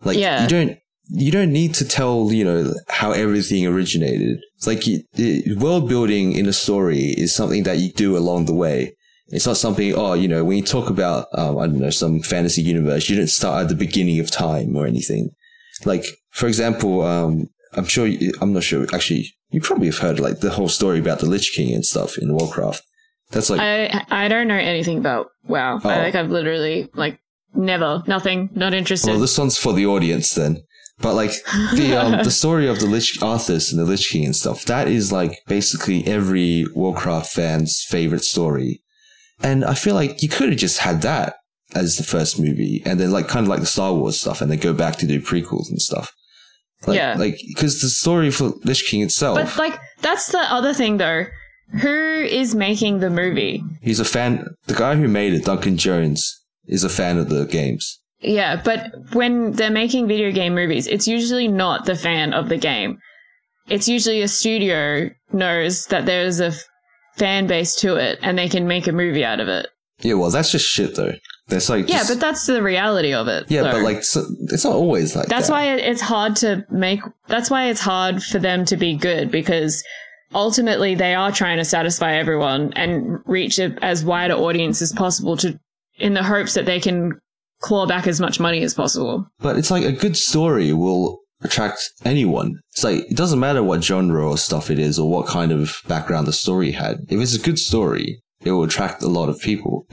Speaker 1: Like
Speaker 2: Yeah.
Speaker 1: you don't you don't need to tell, you know, how everything originated. It's like you, the world building in a story is something that you do along the way. It's not something, oh, you know, when you talk about, um, I don't know, some fantasy universe, you didn't start at the beginning of time or anything. Like, for example, um, I'm sure, you, I'm not sure, actually, you probably have heard like the whole story about the Lich King and stuff in Warcraft. That's like,
Speaker 2: I I don't know anything about WoW.
Speaker 1: Oh.
Speaker 2: I, like I've literally like never, nothing, not interested.
Speaker 1: well, this one's for the audience then. But like the um, the story of the Lich Arthas and the Lich King and stuff, that is like basically every Warcraft fan's favorite story. And I feel like you could have just had that as the first movie, and then like kind of like the Star Wars stuff, and then go back to do prequels and stuff. Like,
Speaker 2: Yeah.
Speaker 1: like because the story for Lich King itself,
Speaker 2: but like that's the other thing though. Who is making the movie?
Speaker 1: he's a fan. The guy who made it, Duncan Jones, is a fan of the games.
Speaker 2: Yeah, but when they're making video game movies, it's usually not the fan of the game. It's usually a studio knows that there's a f- fan base to it and they can make a movie out of it.
Speaker 1: Yeah, well, that's just shit though. That's like
Speaker 2: yeah,
Speaker 1: just-
Speaker 2: but that's the reality of it.
Speaker 1: yeah,
Speaker 2: though.
Speaker 1: but like so, it's not always like
Speaker 2: That's
Speaker 1: that.
Speaker 2: why it- it's hard to make. That's why it's hard for them to be good because ultimately they are trying to satisfy everyone and reach a, as wide an audience as possible to, in the hopes that they can claw back as much money as possible.
Speaker 1: But it's like a good story will attract anyone. It's like it doesn't matter what genre or stuff it is or what kind of background the story had. If it's a good story, it will attract a lot of people.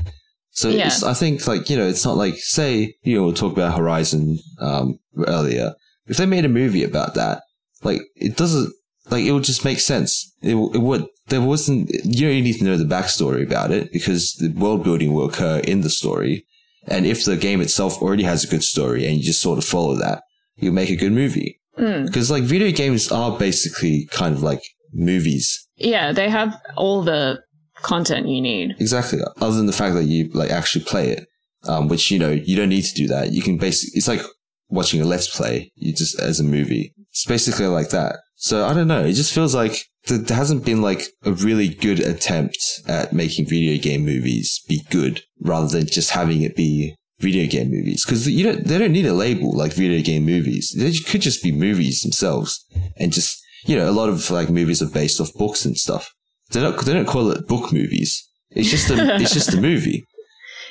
Speaker 1: So
Speaker 2: Yeah.
Speaker 1: it's, I think like you know, it's not like say you know we talked about Horizon um, earlier. If they made a movie about that, like it doesn't like it would just make sense. It, w- it would. There wasn't. You don't need to know the backstory about it because the world building will occur in the story. And if the game itself already has a good story and you just sort of follow that, you'll make a good movie.
Speaker 2: Mm.
Speaker 1: Because like video games are basically kind of like movies.
Speaker 2: Yeah, they have all the content you need.
Speaker 1: Exactly. Other than the fact that you like actually play it, um, which you know you don't need to do that. You can basically it's like watching a let's play. You just as a movie. It's basically like that. So I don't know. It just feels like th- there hasn't been like a really good attempt at making video game movies be good, rather than just having it be video game movies. Because you don't they don't need a label like video game movies. They ju- could just be movies themselves, and just you know a lot of like movies are based off books and stuff. They don't they don't call it book movies. It's just a it's just a movie.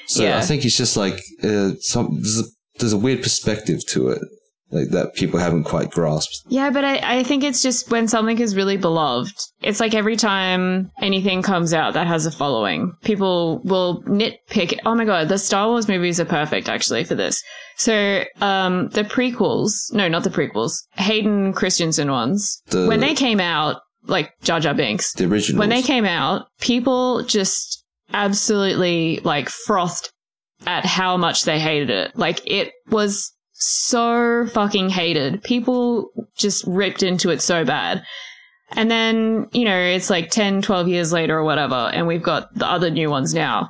Speaker 1: So
Speaker 2: Yeah.
Speaker 1: I think it's just like uh, some there's a, there's a weird perspective to it, like that people haven't quite grasped.
Speaker 2: Yeah, but I, I think it's just when something is really beloved. It's like every time anything comes out that has a following, people will nitpick. Oh my god, the Star Wars movies are perfect actually for this. So, um, the prequels, no, not the prequels, Hayden Christensen ones,
Speaker 1: The-
Speaker 2: when they came out, like Jar Jar Binks,
Speaker 1: The original.
Speaker 2: when they came out, people just absolutely like frothed at how much they hated it. Like it was so fucking hated. People just ripped into it so bad. And then, you know, it's like 10, 12 years later or whatever, and we've got the other new ones now.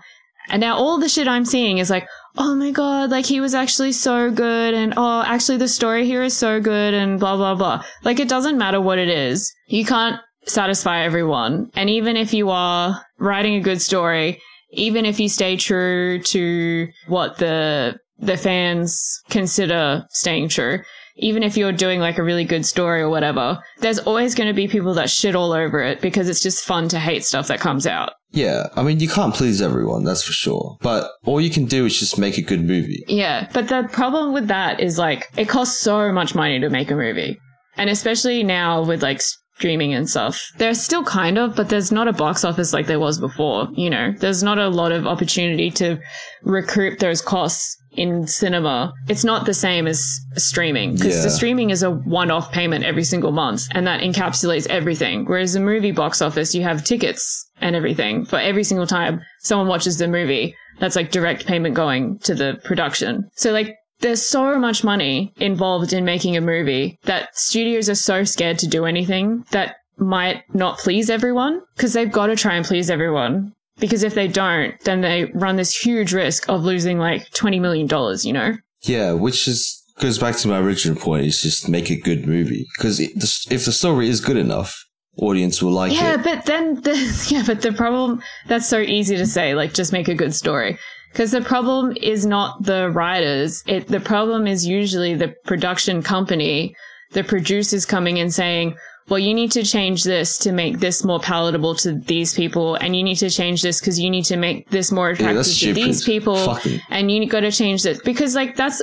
Speaker 2: And now all the shit I'm seeing is like, oh my god, like he was actually so good, and oh, actually the story here is so good, and blah, blah, blah. Like it doesn't matter what it is. You can't satisfy everyone. And even if you are writing a good story, even if you stay true to what the the fans consider staying true, even if you're doing like a really good story or whatever, there's always going to be people that shit all over it because it's just fun to hate stuff that comes out.
Speaker 1: yeah, I mean you can't please everyone, that's for sure. But all you can do is just make a good movie.
Speaker 2: Yeah, but the problem with that is like it costs so much money to make a movie. And especially now with like streaming and stuff. There's still kind of, but there's not a box office like there was before, you know. There's not a lot of opportunity to recoup those costs in cinema. It's not the same as streaming because
Speaker 1: Yeah.
Speaker 2: the streaming is a one-off payment every single month and that encapsulates everything. Whereas the movie box office, you have tickets and everything for every single time someone watches the movie that's like direct payment going to the production. So like there's so much money involved in making a movie that studios are so scared to do anything that might not please everyone because they've got to try and please everyone. Because if they don't, then they run this huge risk of losing like $20 million, you know?
Speaker 1: Yeah, which is goes back to my original point. Is just make a good movie because if the story is good enough, audience will like
Speaker 2: yeah,
Speaker 1: it.
Speaker 2: but then the yeah, but the problem that's so easy to say, like just make a good story. Because the problem is not the writers. It the problem is usually the production company, the producers coming and saying, "Well, you need to change this to make this more palatable to these people, and you need to change this because you need to make this more
Speaker 1: Yeah,
Speaker 2: attractive
Speaker 1: that's
Speaker 2: to
Speaker 1: stupid.
Speaker 2: these people."
Speaker 1: Fucking
Speaker 2: and you got to change this because like that's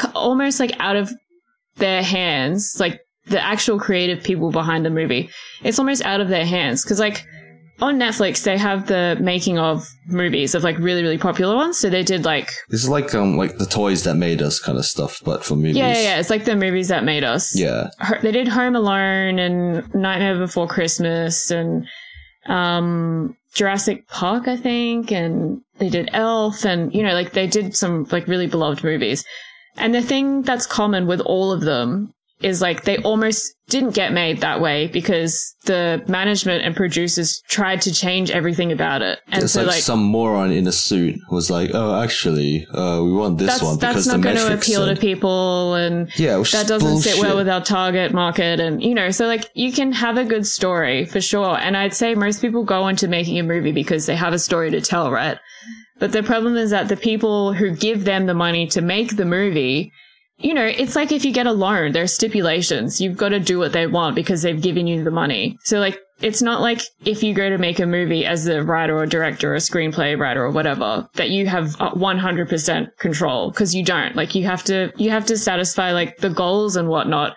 Speaker 2: c- almost like out of their hands like the actual creative people behind the movie it's almost out of their hands because like on netflix they have the making of movies of like really really popular ones so they did like
Speaker 1: this is like um like the toys that made us kind of stuff, but for movies.
Speaker 2: yeah yeah, yeah it's like the movies that made us
Speaker 1: Yeah,
Speaker 2: Her- they did home alone and nightmare before christmas and um jurassic park i think and they did elf and you know like they did some like really beloved movies and the thing that's common with all of them is like they almost didn't get made that way because the management and producers tried to change everything about it and
Speaker 1: it's
Speaker 2: so
Speaker 1: like,
Speaker 2: like
Speaker 1: some moron in a suit was like, "Oh, actually, uh, we want this
Speaker 2: that's
Speaker 1: one because
Speaker 2: that's not
Speaker 1: the
Speaker 2: going to
Speaker 1: metrics
Speaker 2: appeal
Speaker 1: said-
Speaker 2: to people and
Speaker 1: Yeah, which
Speaker 2: that
Speaker 1: is
Speaker 2: doesn't
Speaker 1: bullshit.
Speaker 2: sit well with our target market and you know so like you can have a good story for sure and i'd say most people go into making a movie because they have a story to tell right but the problem is that the people who give them the money to make the movie you know it's like if you get a loan there are stipulations you've got to do what they want because they've given you the money so like it's not like if you go to make a movie as a writer or director or screenplay writer or whatever that you have uh, 100% control because you don't like you have to you have to satisfy like the goals and whatnot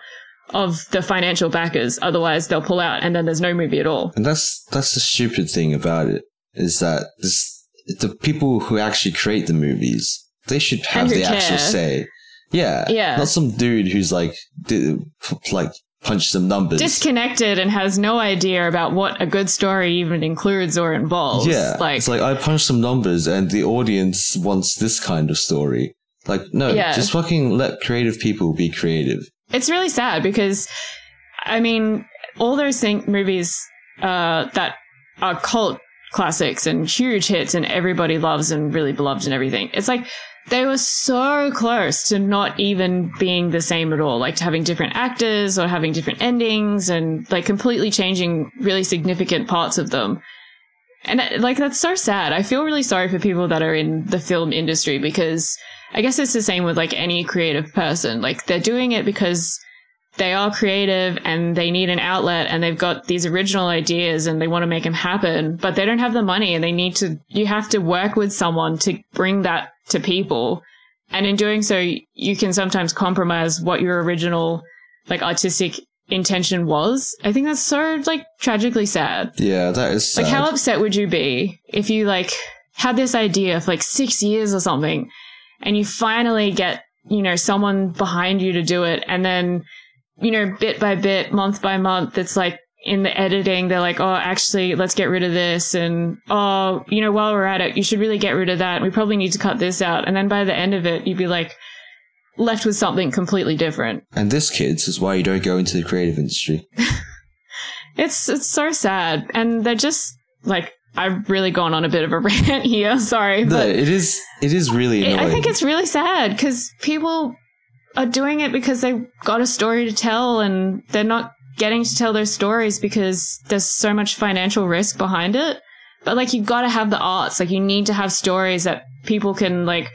Speaker 2: of the financial backers otherwise they'll pull out and then there's no movie at all
Speaker 1: And that's that's the stupid thing about it is that this, the people who actually create the movies they should have
Speaker 2: who
Speaker 1: the actual
Speaker 2: care.
Speaker 1: say. Yeah,
Speaker 2: Yeah.
Speaker 1: Not some dude who's like d- f- like punch some numbers.
Speaker 2: disconnected and has no idea about what a good story even includes or involves
Speaker 1: yeah,
Speaker 2: like,
Speaker 1: it's like I punch some numbers and the audience wants this kind of story. Like no,
Speaker 2: Yeah.
Speaker 1: just fucking let creative people be creative.
Speaker 2: it's really sad because I mean, all those thing- movies uh, that are cult classics and huge hits and everybody loves and really beloved and everything. It's like they were so close to not even being the same at all, like to having different actors or having different endings and like completely changing really significant parts of them. And that- like that's so sad. I feel really sorry for people that are in the film industry because I guess it's the same with like any creative person. Like they're doing it because they are creative and they need an outlet and they've got these original ideas and they want to make them happen, but they don't have the money and they need to, you have to work with someone to bring that to people. And in doing so, you can sometimes compromise what your original, like artistic intention was. I think that's so like tragically sad.
Speaker 1: Yeah, that is sad.
Speaker 2: Like, how upset would you be if you like had this idea for like six years or something, and you finally get you know someone behind you to do it, and then you know bit by bit, month by month, it's like in the editing they're like, oh, actually, let's get rid of this, and oh, you know, while we're at it, you should really get rid of that. We probably need to cut this out, and then by the end of it, you'd be like left with something completely different.
Speaker 1: and this, kids, is why you don't go into the creative industry.
Speaker 2: It's it's so sad, and they're just like I've really gone on a bit of a rant here. Sorry,
Speaker 1: No,
Speaker 2: but
Speaker 1: it is. It is really
Speaker 2: it-
Speaker 1: annoying.
Speaker 2: I think it's really sad because people are doing it because they got a story to tell, and they're not getting to tell their stories because there's so much financial risk behind it. But like, you got to have the arts. Like, you need to have stories that people can like.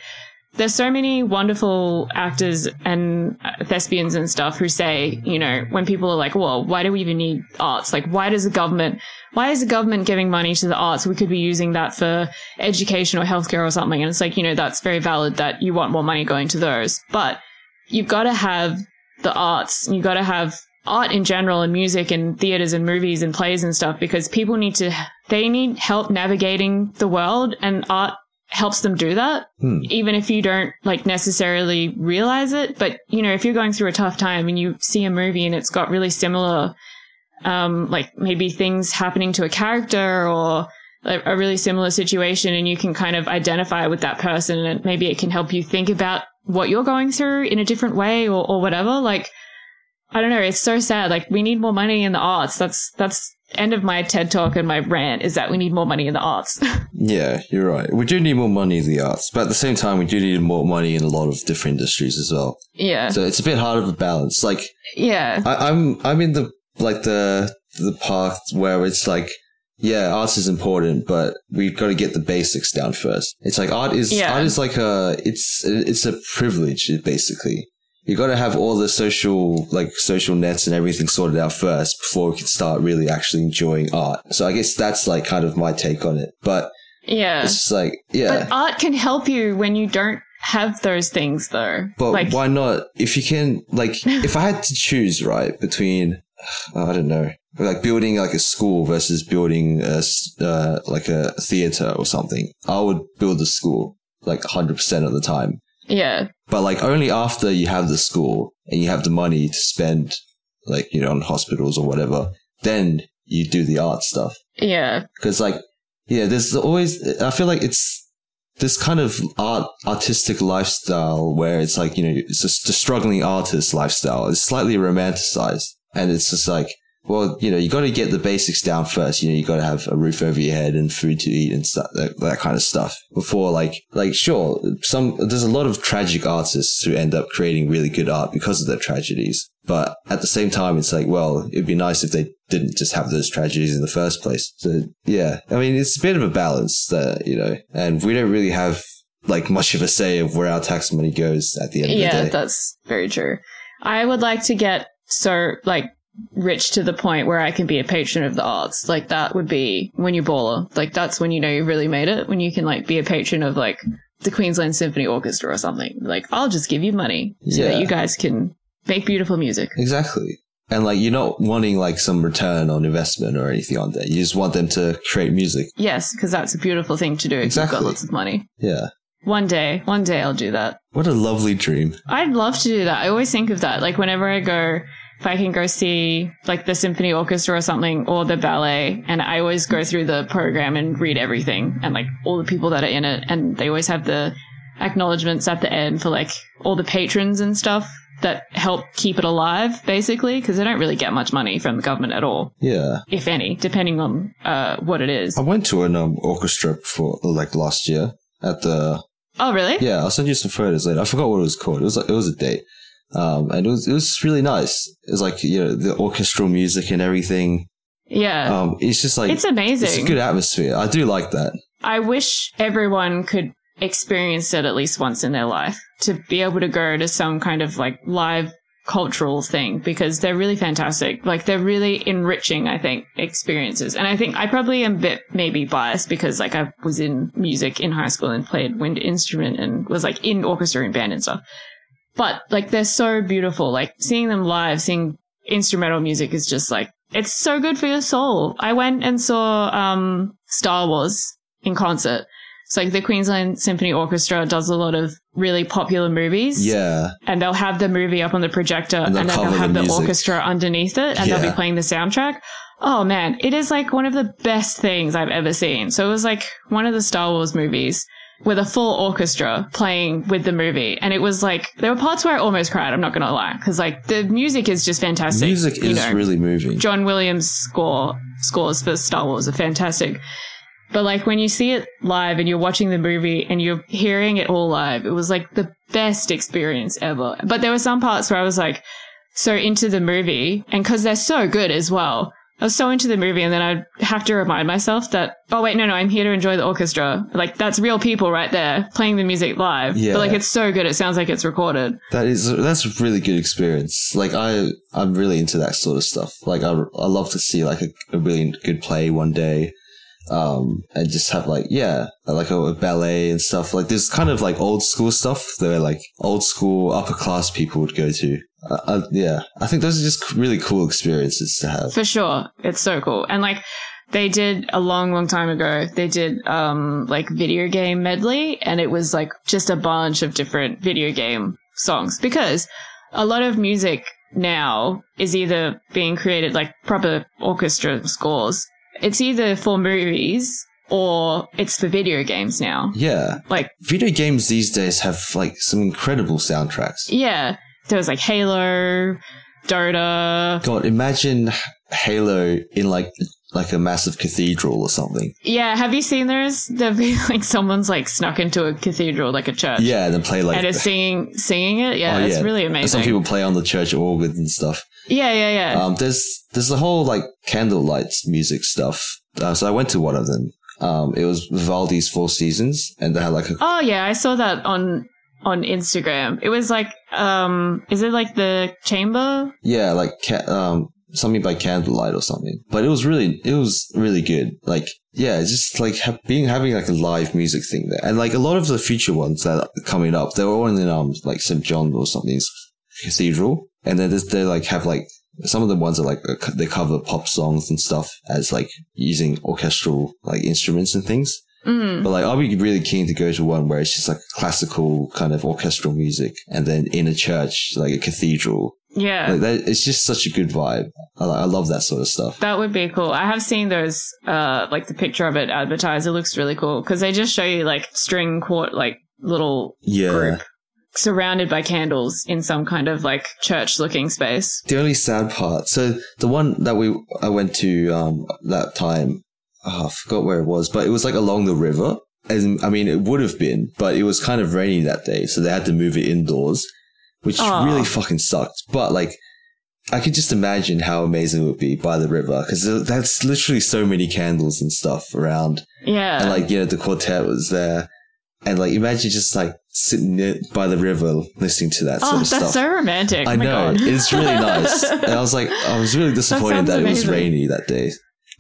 Speaker 2: There's so many wonderful actors and uh, thespians and stuff who say, you know, when people are like, well, why do we even need arts? Like, why does the government, why is the government giving money to the arts? We could be using that for education or healthcare or something. And it's like, you know, that's very valid that you want more money going to those. But you've got to have the arts and you've got to have art in general and music and theaters and movies and plays and stuff because people need to, they need help navigating the world and art helps them do that.
Speaker 1: Hmm.
Speaker 2: Even if you don't like necessarily realize it. But, you know, if you're going through a tough time and you see a movie and it's got really similar, um, like maybe things happening to a character or, a a really similar situation and you can kind of identify with that person and maybe it can help you think about what you're going through in a different way or, or whatever. Like, I don't know. It's so sad. Like we need more money in the arts. That's, that's end of my TED talk and my rant is that we need more money in the arts.
Speaker 1: Yeah, you're right. We do need more money in the arts, but at the same time, we do need more money in a lot of different industries as well.
Speaker 2: yeah.
Speaker 1: So it's a bit hard of a balance. Like
Speaker 2: yeah.
Speaker 1: I, I'm, I'm in the like the the path where it's like, yeah, art is important, but we've got to get the basics down first. It's like art is
Speaker 2: Yeah.
Speaker 1: art is like a it's it's a privilege basically. You got to have all the social like social nets and everything sorted out first before we can start really actually enjoying art. So I guess that's like kind of my take on it. But
Speaker 2: Yeah.
Speaker 1: it's just like yeah.
Speaker 2: But art can help you when you don't have those things though.
Speaker 1: But
Speaker 2: like,
Speaker 1: why not? If you can, like, if I had to choose, right, between, I don't know, like building like a school versus building a, s- uh, like a theater or something, I would build a school like 100% of the time.
Speaker 2: yeah.
Speaker 1: But like only after you have the school and you have the money to spend, like, you know, on hospitals or whatever, then you do the art stuff
Speaker 2: Yeah.
Speaker 1: because like yeah there's always i feel like it's this kind of art artistic lifestyle where it's like you know it's just the struggling artist lifestyle it's slightly romanticized and it's just like well you know you got to get the basics down first you know you got to have a roof over your head and food to eat and stuff that, that kind of stuff before like like sure some there's a lot of tragic artists who end up creating really good art because of their tragedies but at the same time it's like well it'd be nice if they didn't just have those tragedies in the first place so yeah i mean it's a bit of a balance that you know and we don't really have like much of a say of where our tax money goes at the end
Speaker 2: Yeah,
Speaker 1: of the day
Speaker 2: that's very true. I would like to get so like rich to the point where I can be a patron of the arts. Like that would be when you baller. Like that's when you know you've really made it. When you can like be a patron of like the Queensland Symphony Orchestra or something. Like I'll just give you money so
Speaker 1: Yeah.
Speaker 2: that you guys can make beautiful music.
Speaker 1: exactly and like you're not wanting like some return on investment or anything on that you just want them to create music
Speaker 2: Yes, because that's a beautiful thing to do if you've
Speaker 1: Exactly.
Speaker 2: got lots of money.
Speaker 1: yeah
Speaker 2: One day, one day I'll do that.
Speaker 1: what a lovely dream
Speaker 2: I'd love to do that. I always think of that. Like whenever I go, if I can go see like the symphony orchestra or something or the ballet, and I always go through the program and read everything and like all the people that are in it, and they always have the acknowledgments at the end for like all the patrons and stuff that help keep it alive, basically, because they don't really get much money from the government at all,
Speaker 1: yeah
Speaker 2: if any, depending on uh, what it is.
Speaker 1: I went to an um, orchestra before, like last year at the.
Speaker 2: Oh, really?
Speaker 1: Yeah, I'll send you some photos later. I forgot what it was called. It was like, it was a date, um, and it was it was really nice. It was like you know the orchestral music and everything.
Speaker 2: Yeah.
Speaker 1: Um, it's just like
Speaker 2: it's amazing.
Speaker 1: it's a good atmosphere. I do like that.
Speaker 2: I wish everyone could experience it at least once in their life to be able to go to some kind of like live cultural thing because they're really fantastic. Like they're really enriching, I think, experiences. And I think I probably am a bit maybe biased because like I was in music in high school and played wind instrument and was like in orchestra and band and stuff. But like they're so beautiful. Like seeing them live, seeing instrumental music is just like it's so good for your soul. I went and saw um Star Wars in concert. So like the Queensland Symphony Orchestra does a lot of really popular movies.
Speaker 1: Yeah.
Speaker 2: And they'll have the movie up on the projector and,
Speaker 1: they'll
Speaker 2: then they'll
Speaker 1: cover the
Speaker 2: have the,
Speaker 1: music.
Speaker 2: orchestra underneath it and they'll
Speaker 1: Yeah.
Speaker 2: be playing the soundtrack. Oh man, it is like one of the best things I've ever seen. So it was like one of the Star Wars movies with a full orchestra playing with the movie. And it was like, there were parts where I almost cried. I'm not going to lie. Cause like the music is just fantastic.
Speaker 1: Music
Speaker 2: you
Speaker 1: is
Speaker 2: know.
Speaker 1: really moving.
Speaker 2: John Williams score scores for Star Wars are fantastic. But like when you see it live and you're watching the movie and you're hearing it all live, it was like the best experience ever. But there were some parts where I was like so into the movie and cause they're so good as well. I was so into the movie and then I'd have to remind myself that, oh wait, no, no, I'm here to enjoy the orchestra. Like that's real people right there playing the music live.
Speaker 1: Yeah.
Speaker 2: But like it's so good. It sounds like it's recorded.
Speaker 1: That is that's a really good experience. Like I, I'm really into that sort of stuff. Like I, I love to see like a, a really good play one day, um, and just have like yeah, like a, a ballet and stuff. Like there's kind of like old school stuff that like old school upper class people would go to. Uh, uh, yeah, I think those are just really cool experiences to have.
Speaker 2: For sure. It's so cool. And like they did a long, long time ago, they did um like video game medley and it was like just a bunch of different video game songs because a lot of music now is either being created like proper orchestra scores. It's either for movies or it's for video games now.
Speaker 1: Yeah,
Speaker 2: Like
Speaker 1: video games these days have like some incredible soundtracks.
Speaker 2: yeah, there was like Halo, Dota,
Speaker 1: God, imagine Halo in like like a massive cathedral or something.
Speaker 2: Yeah, have you seen there's there've been like someone's like snuck into a cathedral, like a church,
Speaker 1: Yeah, and then play like
Speaker 2: and is singing singing it? Yeah,
Speaker 1: Oh,
Speaker 2: it's
Speaker 1: yeah.
Speaker 2: really
Speaker 1: And
Speaker 2: amazing.
Speaker 1: some people play on the church organ and stuff.
Speaker 2: yeah, yeah, yeah.
Speaker 1: Um, there's there's the whole like candlelight music stuff. Uh, so I went to one of them. Um, it was Vivaldi's Four Seasons, and they had like a
Speaker 2: oh yeah, I saw that on on Instagram. It was like, um, is it like the chamber?
Speaker 1: yeah, like ca- um something by candlelight or something. But it was really it was really good. Like yeah, it's just like ha- being having like a live music thing there, and like a lot of the future ones that are coming up, they were all in um like St John or something's cathedral, and then there's- they like have like some of the ones are like uh, co- they cover pop songs and stuff as like using orchestral like instruments and things.
Speaker 2: Mm.
Speaker 1: But like, I'll be really keen to go to one where it's just like classical kind of orchestral music, and then in a church, like a cathedral,
Speaker 2: Yeah,
Speaker 1: like that, it's just such a good vibe. I, I love that sort of stuff.
Speaker 2: that would be cool. I have seen those, uh, like the picture of it advertised. It looks really cool because they just show you like string quart, like little
Speaker 1: Yeah.
Speaker 2: group surrounded by candles in some kind of like church looking space.
Speaker 1: The only sad part. So the one that we I went to um that time, oh, I forgot where it was, but it was like along the river. And I mean, it would have been, but it was kind of rainy that day, so they had to move it indoors, which
Speaker 2: Aw.
Speaker 1: really fucking sucked. But like. I could just imagine how amazing it would be by the river because that's literally so many candles and stuff around.
Speaker 2: Yeah,
Speaker 1: and like you know the quartet was there and like imagine just like sitting near- by the river listening to that sort
Speaker 2: Oh,
Speaker 1: of
Speaker 2: that's
Speaker 1: stuff
Speaker 2: so romantic. Oh
Speaker 1: i
Speaker 2: My
Speaker 1: know
Speaker 2: God.
Speaker 1: it's really nice and i was like i was really disappointed
Speaker 2: sounds
Speaker 1: that, it was
Speaker 2: amazing.
Speaker 1: rainy that day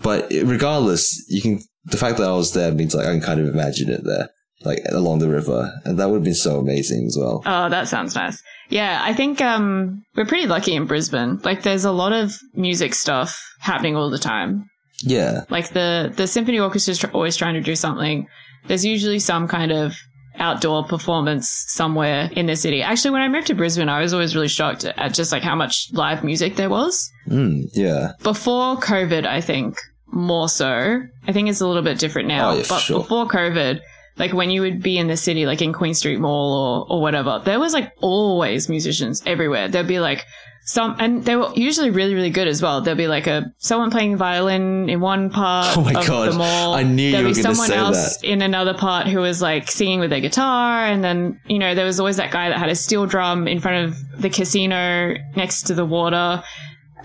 Speaker 1: but it, regardless you can the fact that i was there means like i can kind of imagine it there like along the river and that would have been so amazing as well
Speaker 2: oh, that sounds nice. Yeah, I think um, we're pretty lucky in Brisbane. Like, there's a lot of music stuff happening all the time.
Speaker 1: yeah
Speaker 2: Like the the symphony orchestra's tr- always trying to do something. There's usually some kind of outdoor performance somewhere in the city. Actually, when I moved to Brisbane, I was always really shocked at just like how much live music there was.
Speaker 1: mm, yeah
Speaker 2: before COVID, I think more so. I think it's a little bit different now.
Speaker 1: Oh, yeah, for
Speaker 2: but
Speaker 1: sure.
Speaker 2: before COVID, like when you would be in the city, like in Queen Street Mall or, or whatever, there was like always musicians everywhere. There'd be like some, and they were usually really, really good as well. There'd be like a someone playing violin in one part
Speaker 1: Oh my
Speaker 2: of
Speaker 1: God.
Speaker 2: the mall.
Speaker 1: I knew you
Speaker 2: There'd
Speaker 1: were
Speaker 2: be
Speaker 1: gonna
Speaker 2: someone
Speaker 1: say
Speaker 2: else in another part who was like singing with their guitar, and then you know there was always that guy that had a steel drum in front of the casino next to the water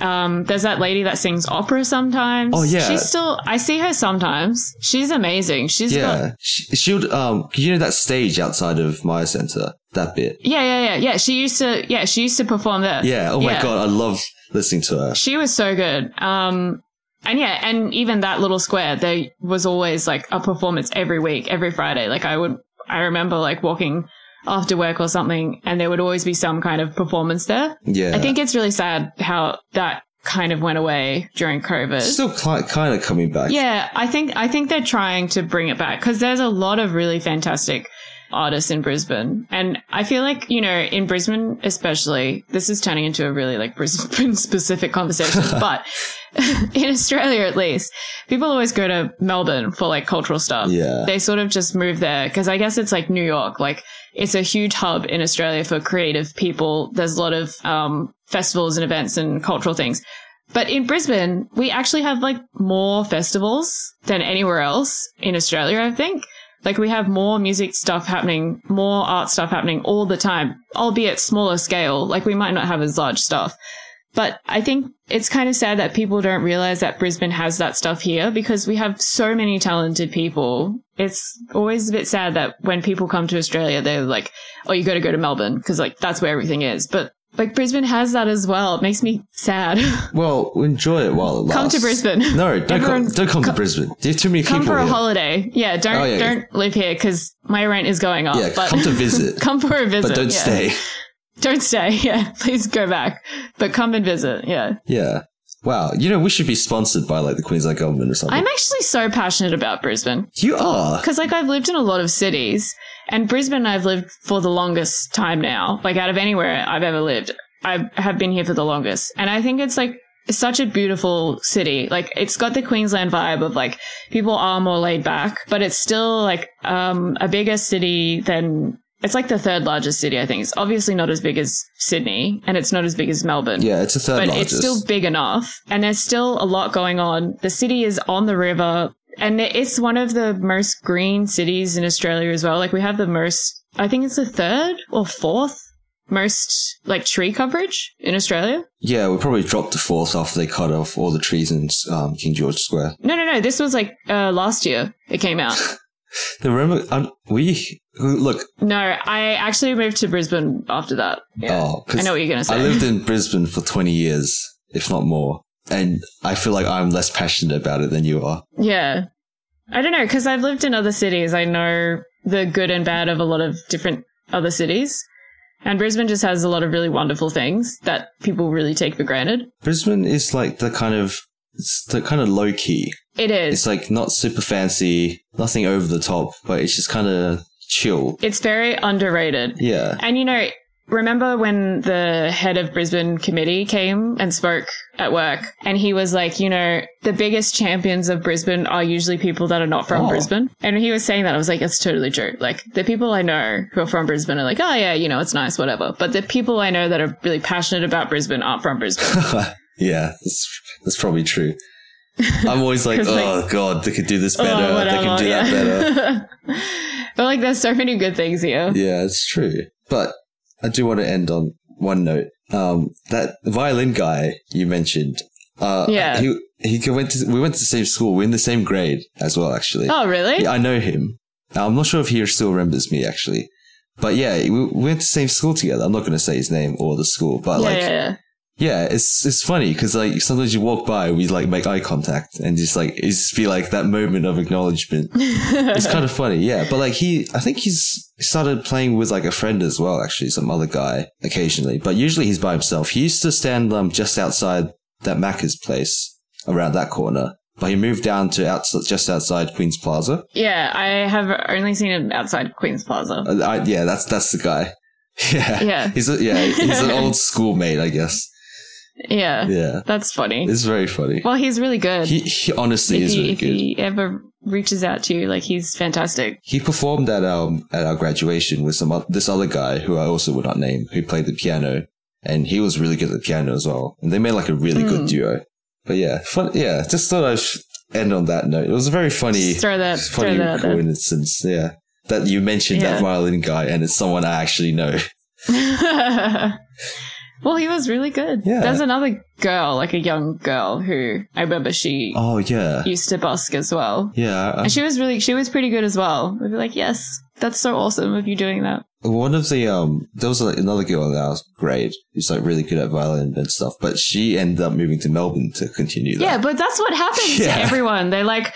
Speaker 2: Um, there's that lady that sings opera sometimes.
Speaker 1: Oh, yeah.
Speaker 2: she's still. I see her sometimes. She's amazing. She's got
Speaker 1: yeah, she, she would. Um, you know that stage outside of Maya Center, that bit.
Speaker 2: yeah, yeah, yeah, yeah. She used to. Yeah, she used to perform there.
Speaker 1: Yeah. Oh my
Speaker 2: Yeah.
Speaker 1: god, I love listening to her.
Speaker 2: She was so good. Um, and yeah, and even that little square, there was always like a performance every week, every Friday. Like I would, I remember like walking after work or something, and there would always be some kind of performance there.
Speaker 1: Yeah.
Speaker 2: I think it's really sad how that kind of went away during COVID.
Speaker 1: it's still kind of coming back.
Speaker 2: yeah, I think I think they're trying to bring it back because there's a lot of really fantastic artists in Brisbane, and I feel like you know in Brisbane especially, this is turning into a really like Brisbane specific conversation, but in Australia at least, people always go to Melbourne for like cultural stuff.
Speaker 1: Yeah.
Speaker 2: They sort of just move there because I guess it's like New York. Like it's a huge hub in Australia for creative people. There's a lot of um, festivals and events and cultural things. But in Brisbane, we actually have like more festivals than anywhere else in Australia, I think. Like we have more music stuff happening, more art stuff happening all the time, albeit smaller scale. Like we might not have as large stuff. But I think it's kind of sad that people don't realize that Brisbane has that stuff here because we have so many talented people. It's always a bit sad that when people come to Australia, they're like, oh, you got to go to Melbourne because like that's where everything is. But like Brisbane has that as well. It makes me sad.
Speaker 1: Well, enjoy it while it lasts.
Speaker 2: Come to Brisbane.
Speaker 1: No, don't come,
Speaker 2: Everyone-
Speaker 1: don't come to Brisbane. There's too many
Speaker 2: come
Speaker 1: people.
Speaker 2: for a
Speaker 1: here.
Speaker 2: holiday. Yeah, don't
Speaker 1: Oh, yeah.
Speaker 2: don't live here because my rent is going up.
Speaker 1: Yeah,
Speaker 2: but
Speaker 1: come to visit,
Speaker 2: come for a visit.
Speaker 1: but don't
Speaker 2: yeah.
Speaker 1: stay.
Speaker 2: Don't stay. Yeah, please go back, but come and visit. Yeah,
Speaker 1: Yeah. Wow. You know, we should be sponsored by like the Queensland government or something.
Speaker 2: I'm actually so passionate about Brisbane.
Speaker 1: you are.
Speaker 2: because like I've lived in a lot of cities, and Brisbane I've lived for the longest time now. Like out of anywhere I've ever lived, I have been here for the longest, and I think it's like such a beautiful city. Like it's got the Queensland vibe of like people are more laid back, but it's still like um, a bigger city than. It's like the third largest city, I think. It's obviously not as big as Sydney, and it's not as big as Melbourne
Speaker 1: Yeah, it's a third
Speaker 2: but
Speaker 1: largest.
Speaker 2: it's still big enough and there's still a lot going on the city is on the river and it's one of the most green cities in australia as well like we have the most i think it's the third or fourth most like tree coverage in australia
Speaker 1: yeah, we probably dropped the fourth after they cut off all the trees in um, King George Square.
Speaker 2: no no no this was like uh, last year it came out
Speaker 1: Now, remember, um, we look.
Speaker 2: no i actually moved to brisbane after that yeah.
Speaker 1: Oh, 'cause
Speaker 2: i know what you're gonna say
Speaker 1: I lived in Brisbane for 20 years, if not more. And I feel like I'm less passionate about it than you are.
Speaker 2: Yeah. I don't know, because I've lived in other cities. I know the good and bad of a lot of different other cities. And Brisbane just has a lot of really wonderful things that people really take for granted.
Speaker 1: Brisbane is like the kind of it's the kind of low key.
Speaker 2: It is.
Speaker 1: It's like not super fancy, nothing over the top, but it's just kind of chill.
Speaker 2: It's very underrated.
Speaker 1: Yeah,
Speaker 2: And you know, remember when the head of Brisbane committee came and spoke at work and he was like, you know, the biggest champions of Brisbane are usually people that are not from
Speaker 1: Oh.
Speaker 2: Brisbane. And he was saying that I was like, it's totally true. Like the people I know who are from Brisbane are like, oh yeah, you know, it's nice, whatever. But the people I know that are really passionate about Brisbane aren't from Brisbane.
Speaker 1: yeah, that's that's probably true. I'm always like,
Speaker 2: 'Cause,
Speaker 1: oh
Speaker 2: like-
Speaker 1: god, they could do this better.
Speaker 2: Oh,
Speaker 1: they
Speaker 2: whatever,
Speaker 1: could do that better.
Speaker 2: yeah. but like there's so many good things here.
Speaker 1: Yeah, it's true. But I do want to end on one note. Um, that violin guy you mentioned. Uh,
Speaker 2: Yeah.
Speaker 1: he he went to we went to the same school. We're in the same grade as well, actually.
Speaker 2: Oh really?
Speaker 1: Yeah, I know him. I'm not sure if he still remembers me actually, but yeah, we we went to the same school together. I'm not going to say his name or the school, but
Speaker 2: yeah,
Speaker 1: like,
Speaker 2: yeah,
Speaker 1: yeah,
Speaker 2: yeah.
Speaker 1: it's it's funny because like sometimes you walk by, we like make eye contact and just like it's just be like that moment of acknowledgement. it's kind of funny, yeah. But like he, I think he's started playing with like a friend as well, actually, some other guy occasionally, but usually he's by himself. He used to stand um just outside that Macca's place around that corner. But he moved down to outside, just outside Queen's Plaza.
Speaker 2: Yeah, I have only seen it outside Queen's Plaza.
Speaker 1: Uh, I, yeah, that's that's the guy. Yeah,
Speaker 2: Yeah.
Speaker 1: He's a, yeah, he's an old schoolmate, I guess.
Speaker 2: Yeah,
Speaker 1: Yeah,
Speaker 2: that's funny.
Speaker 1: it's very funny.
Speaker 2: Well, he's really good.
Speaker 1: He, he honestly
Speaker 2: if
Speaker 1: is
Speaker 2: he,
Speaker 1: really
Speaker 2: if
Speaker 1: good.
Speaker 2: he ever reaches out to you, like he's fantastic.
Speaker 1: He performed at um at our graduation with some o- this other guy who I also would not name who played the piano, and he was really good at the piano as well. And they made like a really
Speaker 2: Hmm.
Speaker 1: good duo. But yeah, fun. Yeah, just thought I'd end on that note. It was a very funny,
Speaker 2: Just throw that, throw
Speaker 1: funny
Speaker 2: that out there.
Speaker 1: coincidence. Yeah, that you mentioned
Speaker 2: Yeah.
Speaker 1: that violin guy, and it's someone I actually know.
Speaker 2: Well, he was really good.
Speaker 1: Yeah.
Speaker 2: There's another girl, like a young girl, who I remember she
Speaker 1: Oh Uh-huh. yeah,
Speaker 2: used to busk as well.
Speaker 1: yeah. I-
Speaker 2: And she was really, she was pretty good as well. We'd be like, yes, that's so awesome of you doing that.
Speaker 1: One of the um, there was like, another girl in our grade who's like really good at violin and stuff, but she ended up moving to Melbourne to continue that.
Speaker 2: Yeah, but that's what happens
Speaker 1: Yeah.
Speaker 2: to everyone. They like,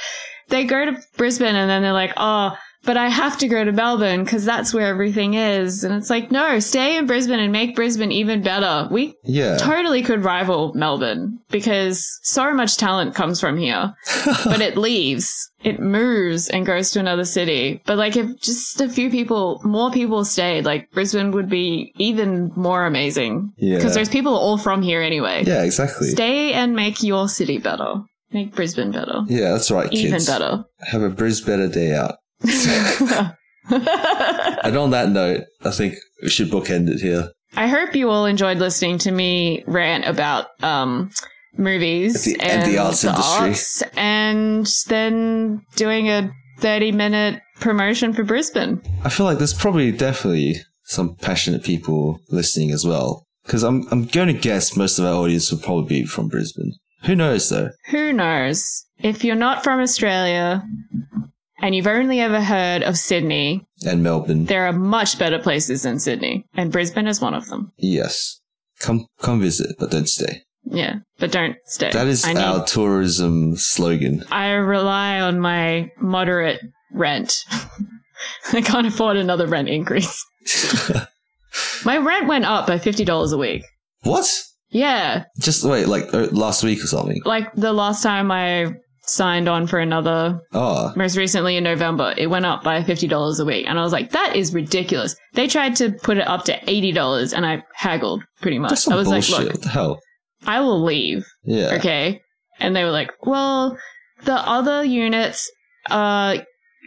Speaker 2: they go to Brisbane and then they're like, oh, but I have to go to Melbourne because that's where everything is. And it's like, no, stay in Brisbane and make Brisbane even better. We
Speaker 1: yeah,
Speaker 2: totally could rival Melbourne because so much talent comes from here, but it leaves, it moves and goes to another city. But like if just a few people, more people stayed, like Brisbane would be even more amazing
Speaker 1: Yeah.
Speaker 2: because there's people all from here anyway.
Speaker 1: yeah, exactly.
Speaker 2: Stay and make your city better, make Brisbane better,
Speaker 1: yeah, that's right,
Speaker 2: even
Speaker 1: kids.
Speaker 2: better.
Speaker 1: Have a Brisbane better day out. And on that note, I think we should bookend it here.
Speaker 2: I hope you all enjoyed listening to me rant about um, movies
Speaker 1: The- and the arts industry.
Speaker 2: arts and then doing a 30 minute promotion for Brisbane.
Speaker 1: I feel like there's probably definitely some passionate people listening as well. Because I'm, I'm going to guess most of our audience will probably be from Brisbane. Who knows though?
Speaker 2: Who knows? If you're not from Australia and you've only ever heard of Sydney,
Speaker 1: And Melbourne.
Speaker 2: there are much better places than Sydney, and Brisbane is one of them.
Speaker 1: yes. Come, come visit, but don't stay.
Speaker 2: Yeah, but don't stay.
Speaker 1: That is
Speaker 2: I need-
Speaker 1: our tourism slogan.
Speaker 2: I rely on my moderate rent. I can't afford another rent increase. my rent went up by $50 a week.
Speaker 1: What?
Speaker 2: Yeah.
Speaker 1: Just wait, like uh, last week or something.
Speaker 2: Like the last time I signed on for another,
Speaker 1: Oh,
Speaker 2: most recently in November, it went up by $50 a week. And I was like, that is ridiculous. They tried to put it up to $80 and I haggled pretty much.
Speaker 1: that's
Speaker 2: I
Speaker 1: some
Speaker 2: was
Speaker 1: bullshit.
Speaker 2: like, look,
Speaker 1: what the hell?
Speaker 2: I will leave.
Speaker 1: Yeah.
Speaker 2: okay and they were like well the other units are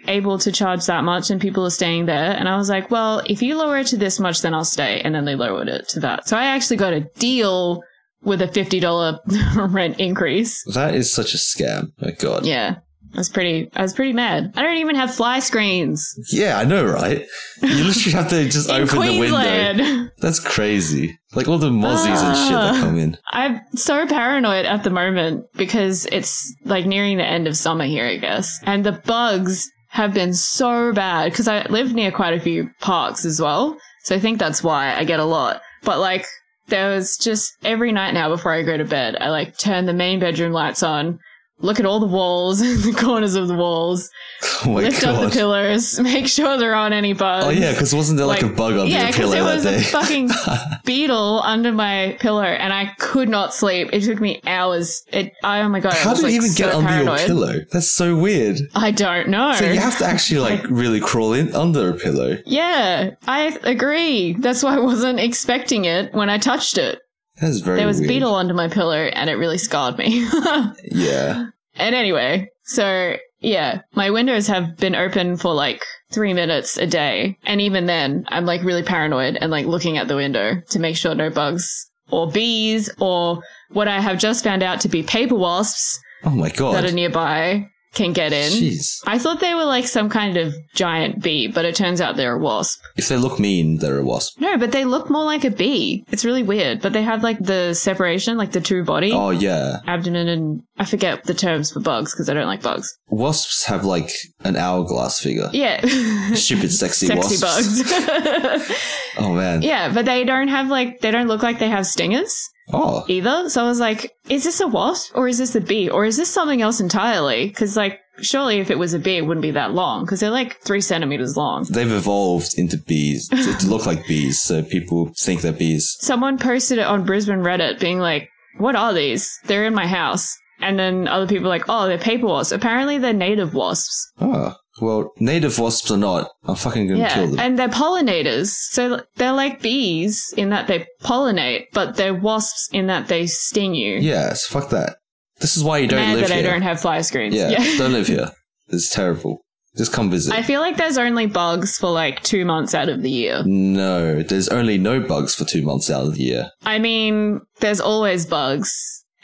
Speaker 2: able to charge that much and people are staying there and i was like well if you lower it to this much then i'll stay and then they lowered it to that so i actually got a deal with a $50 rent increase
Speaker 1: That is such a scam. My God.
Speaker 2: yeah I was pretty. I was pretty mad. I don't even have fly screens
Speaker 1: Yeah, I know, right? You literally have to just
Speaker 2: in
Speaker 1: open the window.
Speaker 2: Queensland.
Speaker 1: That's crazy. Like all the mozzies and shit that
Speaker 2: Ah.
Speaker 1: come in.
Speaker 2: I'm so paranoid at the moment because it's like nearing the end of summer here, I guess. And the bugs have been so bad because I live near quite a few parks as well. So I think that's why I get a lot. But like, there was just every night now before I go to bed, I like turn the main bedroom lights on, look at all the walls, the corners of the walls,
Speaker 1: Oh my
Speaker 2: lift
Speaker 1: god.
Speaker 2: up the pillows, make sure there aren't any bugs.
Speaker 1: oh yeah, because wasn't there like,
Speaker 2: like-
Speaker 1: a bug under
Speaker 2: Yeah,
Speaker 1: your pillow
Speaker 2: because it
Speaker 1: that
Speaker 2: was
Speaker 1: day?
Speaker 2: a fucking beetle under my pillow, and I could not sleep. It took me hours. It, I, oh my god, I
Speaker 1: How
Speaker 2: was
Speaker 1: did
Speaker 2: like
Speaker 1: it even
Speaker 2: so
Speaker 1: get under
Speaker 2: paranoid.
Speaker 1: your pillow? That's so weird.
Speaker 2: I don't know.
Speaker 1: So you have to actually like really crawl in under a pillow.
Speaker 2: yeah, I agree. That's why I wasn't expecting it when I touched it.
Speaker 1: That's very
Speaker 2: There was a
Speaker 1: weird.
Speaker 2: beetle under my pillow, and it really scarred me.
Speaker 1: Yeah.
Speaker 2: and anyway, so yeah, my windows have been open for like three minutes a day, and even then, I'm like really paranoid and like looking at the window to make sure no bugs or bees or what I have just found out to be paper wasps
Speaker 1: Oh my god.
Speaker 2: that are nearby can get in.
Speaker 1: Jeez.
Speaker 2: I thought they were like some kind of giant bee, but it turns out they're a wasp.
Speaker 1: If they look mean, they're a wasp.
Speaker 2: No, but they look more like a bee. It's really weird, but they have like the separation, like the two body,
Speaker 1: Oh yeah.
Speaker 2: abdomen, and I forget the terms for bugs because I don't like bugs.
Speaker 1: Wasps have like an hourglass figure.
Speaker 2: Yeah.
Speaker 1: Stupid sexy, wasps.
Speaker 2: Sexy bugs.
Speaker 1: Oh man.
Speaker 2: yeah, but they don't have like they don't look like they have stingers
Speaker 1: Oh.
Speaker 2: either. So I was like, is this a wasp or is this a bee or is this something else entirely? Because like surely if it was a bee, it wouldn't be that long because they're like three centimeters long.
Speaker 1: They've evolved into bees to, to look like bees, so people think they're bees.
Speaker 2: Someone posted it on Brisbane Reddit, being like, "What are these? They're in my house." And then other people are like, "Oh, they're paper wasps. Apparently, they're native wasps.
Speaker 1: Oh. Well, native wasps are not. I'm fucking gonna
Speaker 2: yeah,
Speaker 1: kill them.
Speaker 2: and they're pollinators. So they're like bees in that they pollinate, but they're wasps in that they sting you.
Speaker 1: Yes, fuck that. This is why you don't
Speaker 2: Mad
Speaker 1: live
Speaker 2: that
Speaker 1: here.
Speaker 2: I don't have fly screens.
Speaker 1: yeah,
Speaker 2: Yeah.
Speaker 1: don't live here. It's terrible. Just come visit.
Speaker 2: I feel like there's only bugs for like two months out of the year.
Speaker 1: no, there's only no bugs for two months out of the year.
Speaker 2: I mean, there's always bugs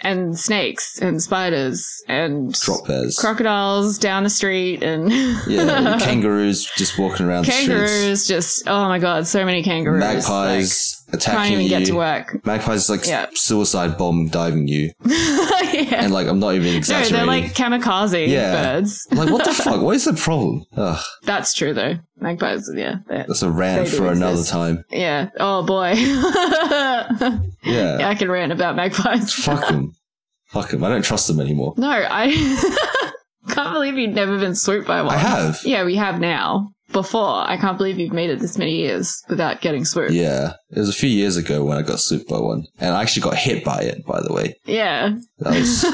Speaker 2: and snakes and spiders and
Speaker 1: Drop bears.
Speaker 2: crocodiles down the street and
Speaker 1: yeah, kangaroos just walking around the streets.
Speaker 2: kangaroos. Just oh my god, so many kangaroos.
Speaker 1: Magpies,
Speaker 2: Can't
Speaker 1: attacking
Speaker 2: even
Speaker 1: you.
Speaker 2: get to work.
Speaker 1: Magpie's like s-
Speaker 2: Yeah.
Speaker 1: suicide bomb diving you,
Speaker 2: yeah.
Speaker 1: and like I'm not even
Speaker 2: No,
Speaker 1: exaggerating.
Speaker 2: they're like kamikaze
Speaker 1: Yeah.
Speaker 2: birds.
Speaker 1: I'm like, what the fuck? What is the problem? Ugh,
Speaker 2: That's true though. Magpies, yeah. they're-
Speaker 1: that's a rant
Speaker 2: They do
Speaker 1: for another
Speaker 2: exist.
Speaker 1: time.
Speaker 2: Yeah. Oh boy. yeah,
Speaker 1: Yeah,
Speaker 2: I can rant about magpies.
Speaker 1: fuck them, fuck them. I don't trust them anymore.
Speaker 2: No, I can't believe you've never been swooped by one.
Speaker 1: I have.
Speaker 2: Yeah, we have now. Before, I can't believe you've made it this many years without getting swooped.
Speaker 1: Yeah, it was a few years ago when I got swooped by one, and I actually got hit by it. By the way,
Speaker 2: Yeah.
Speaker 1: that was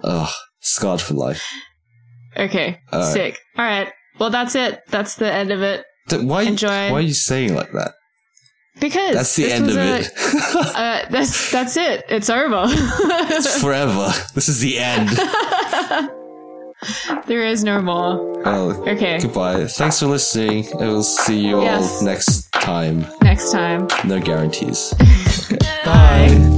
Speaker 1: ugh, scarred for life.
Speaker 2: okay.
Speaker 1: All right.
Speaker 2: Sick. All right. Well, that's it. That's the end of it.
Speaker 1: Th- Why?
Speaker 2: Enjoy.
Speaker 1: Why are you saying like that?
Speaker 2: Because
Speaker 1: That's the
Speaker 2: this
Speaker 1: end
Speaker 2: was
Speaker 1: of
Speaker 2: a-
Speaker 1: it.
Speaker 2: Uh, that's that's it. It's over.
Speaker 1: it's forever. This is the end.
Speaker 2: there is no more.
Speaker 1: Oh,
Speaker 2: Okay.
Speaker 1: Goodbye. Thanks for listening, and we'll see you
Speaker 2: Yes.
Speaker 1: all next time.
Speaker 2: Next time.
Speaker 1: No guarantees.
Speaker 2: Bye.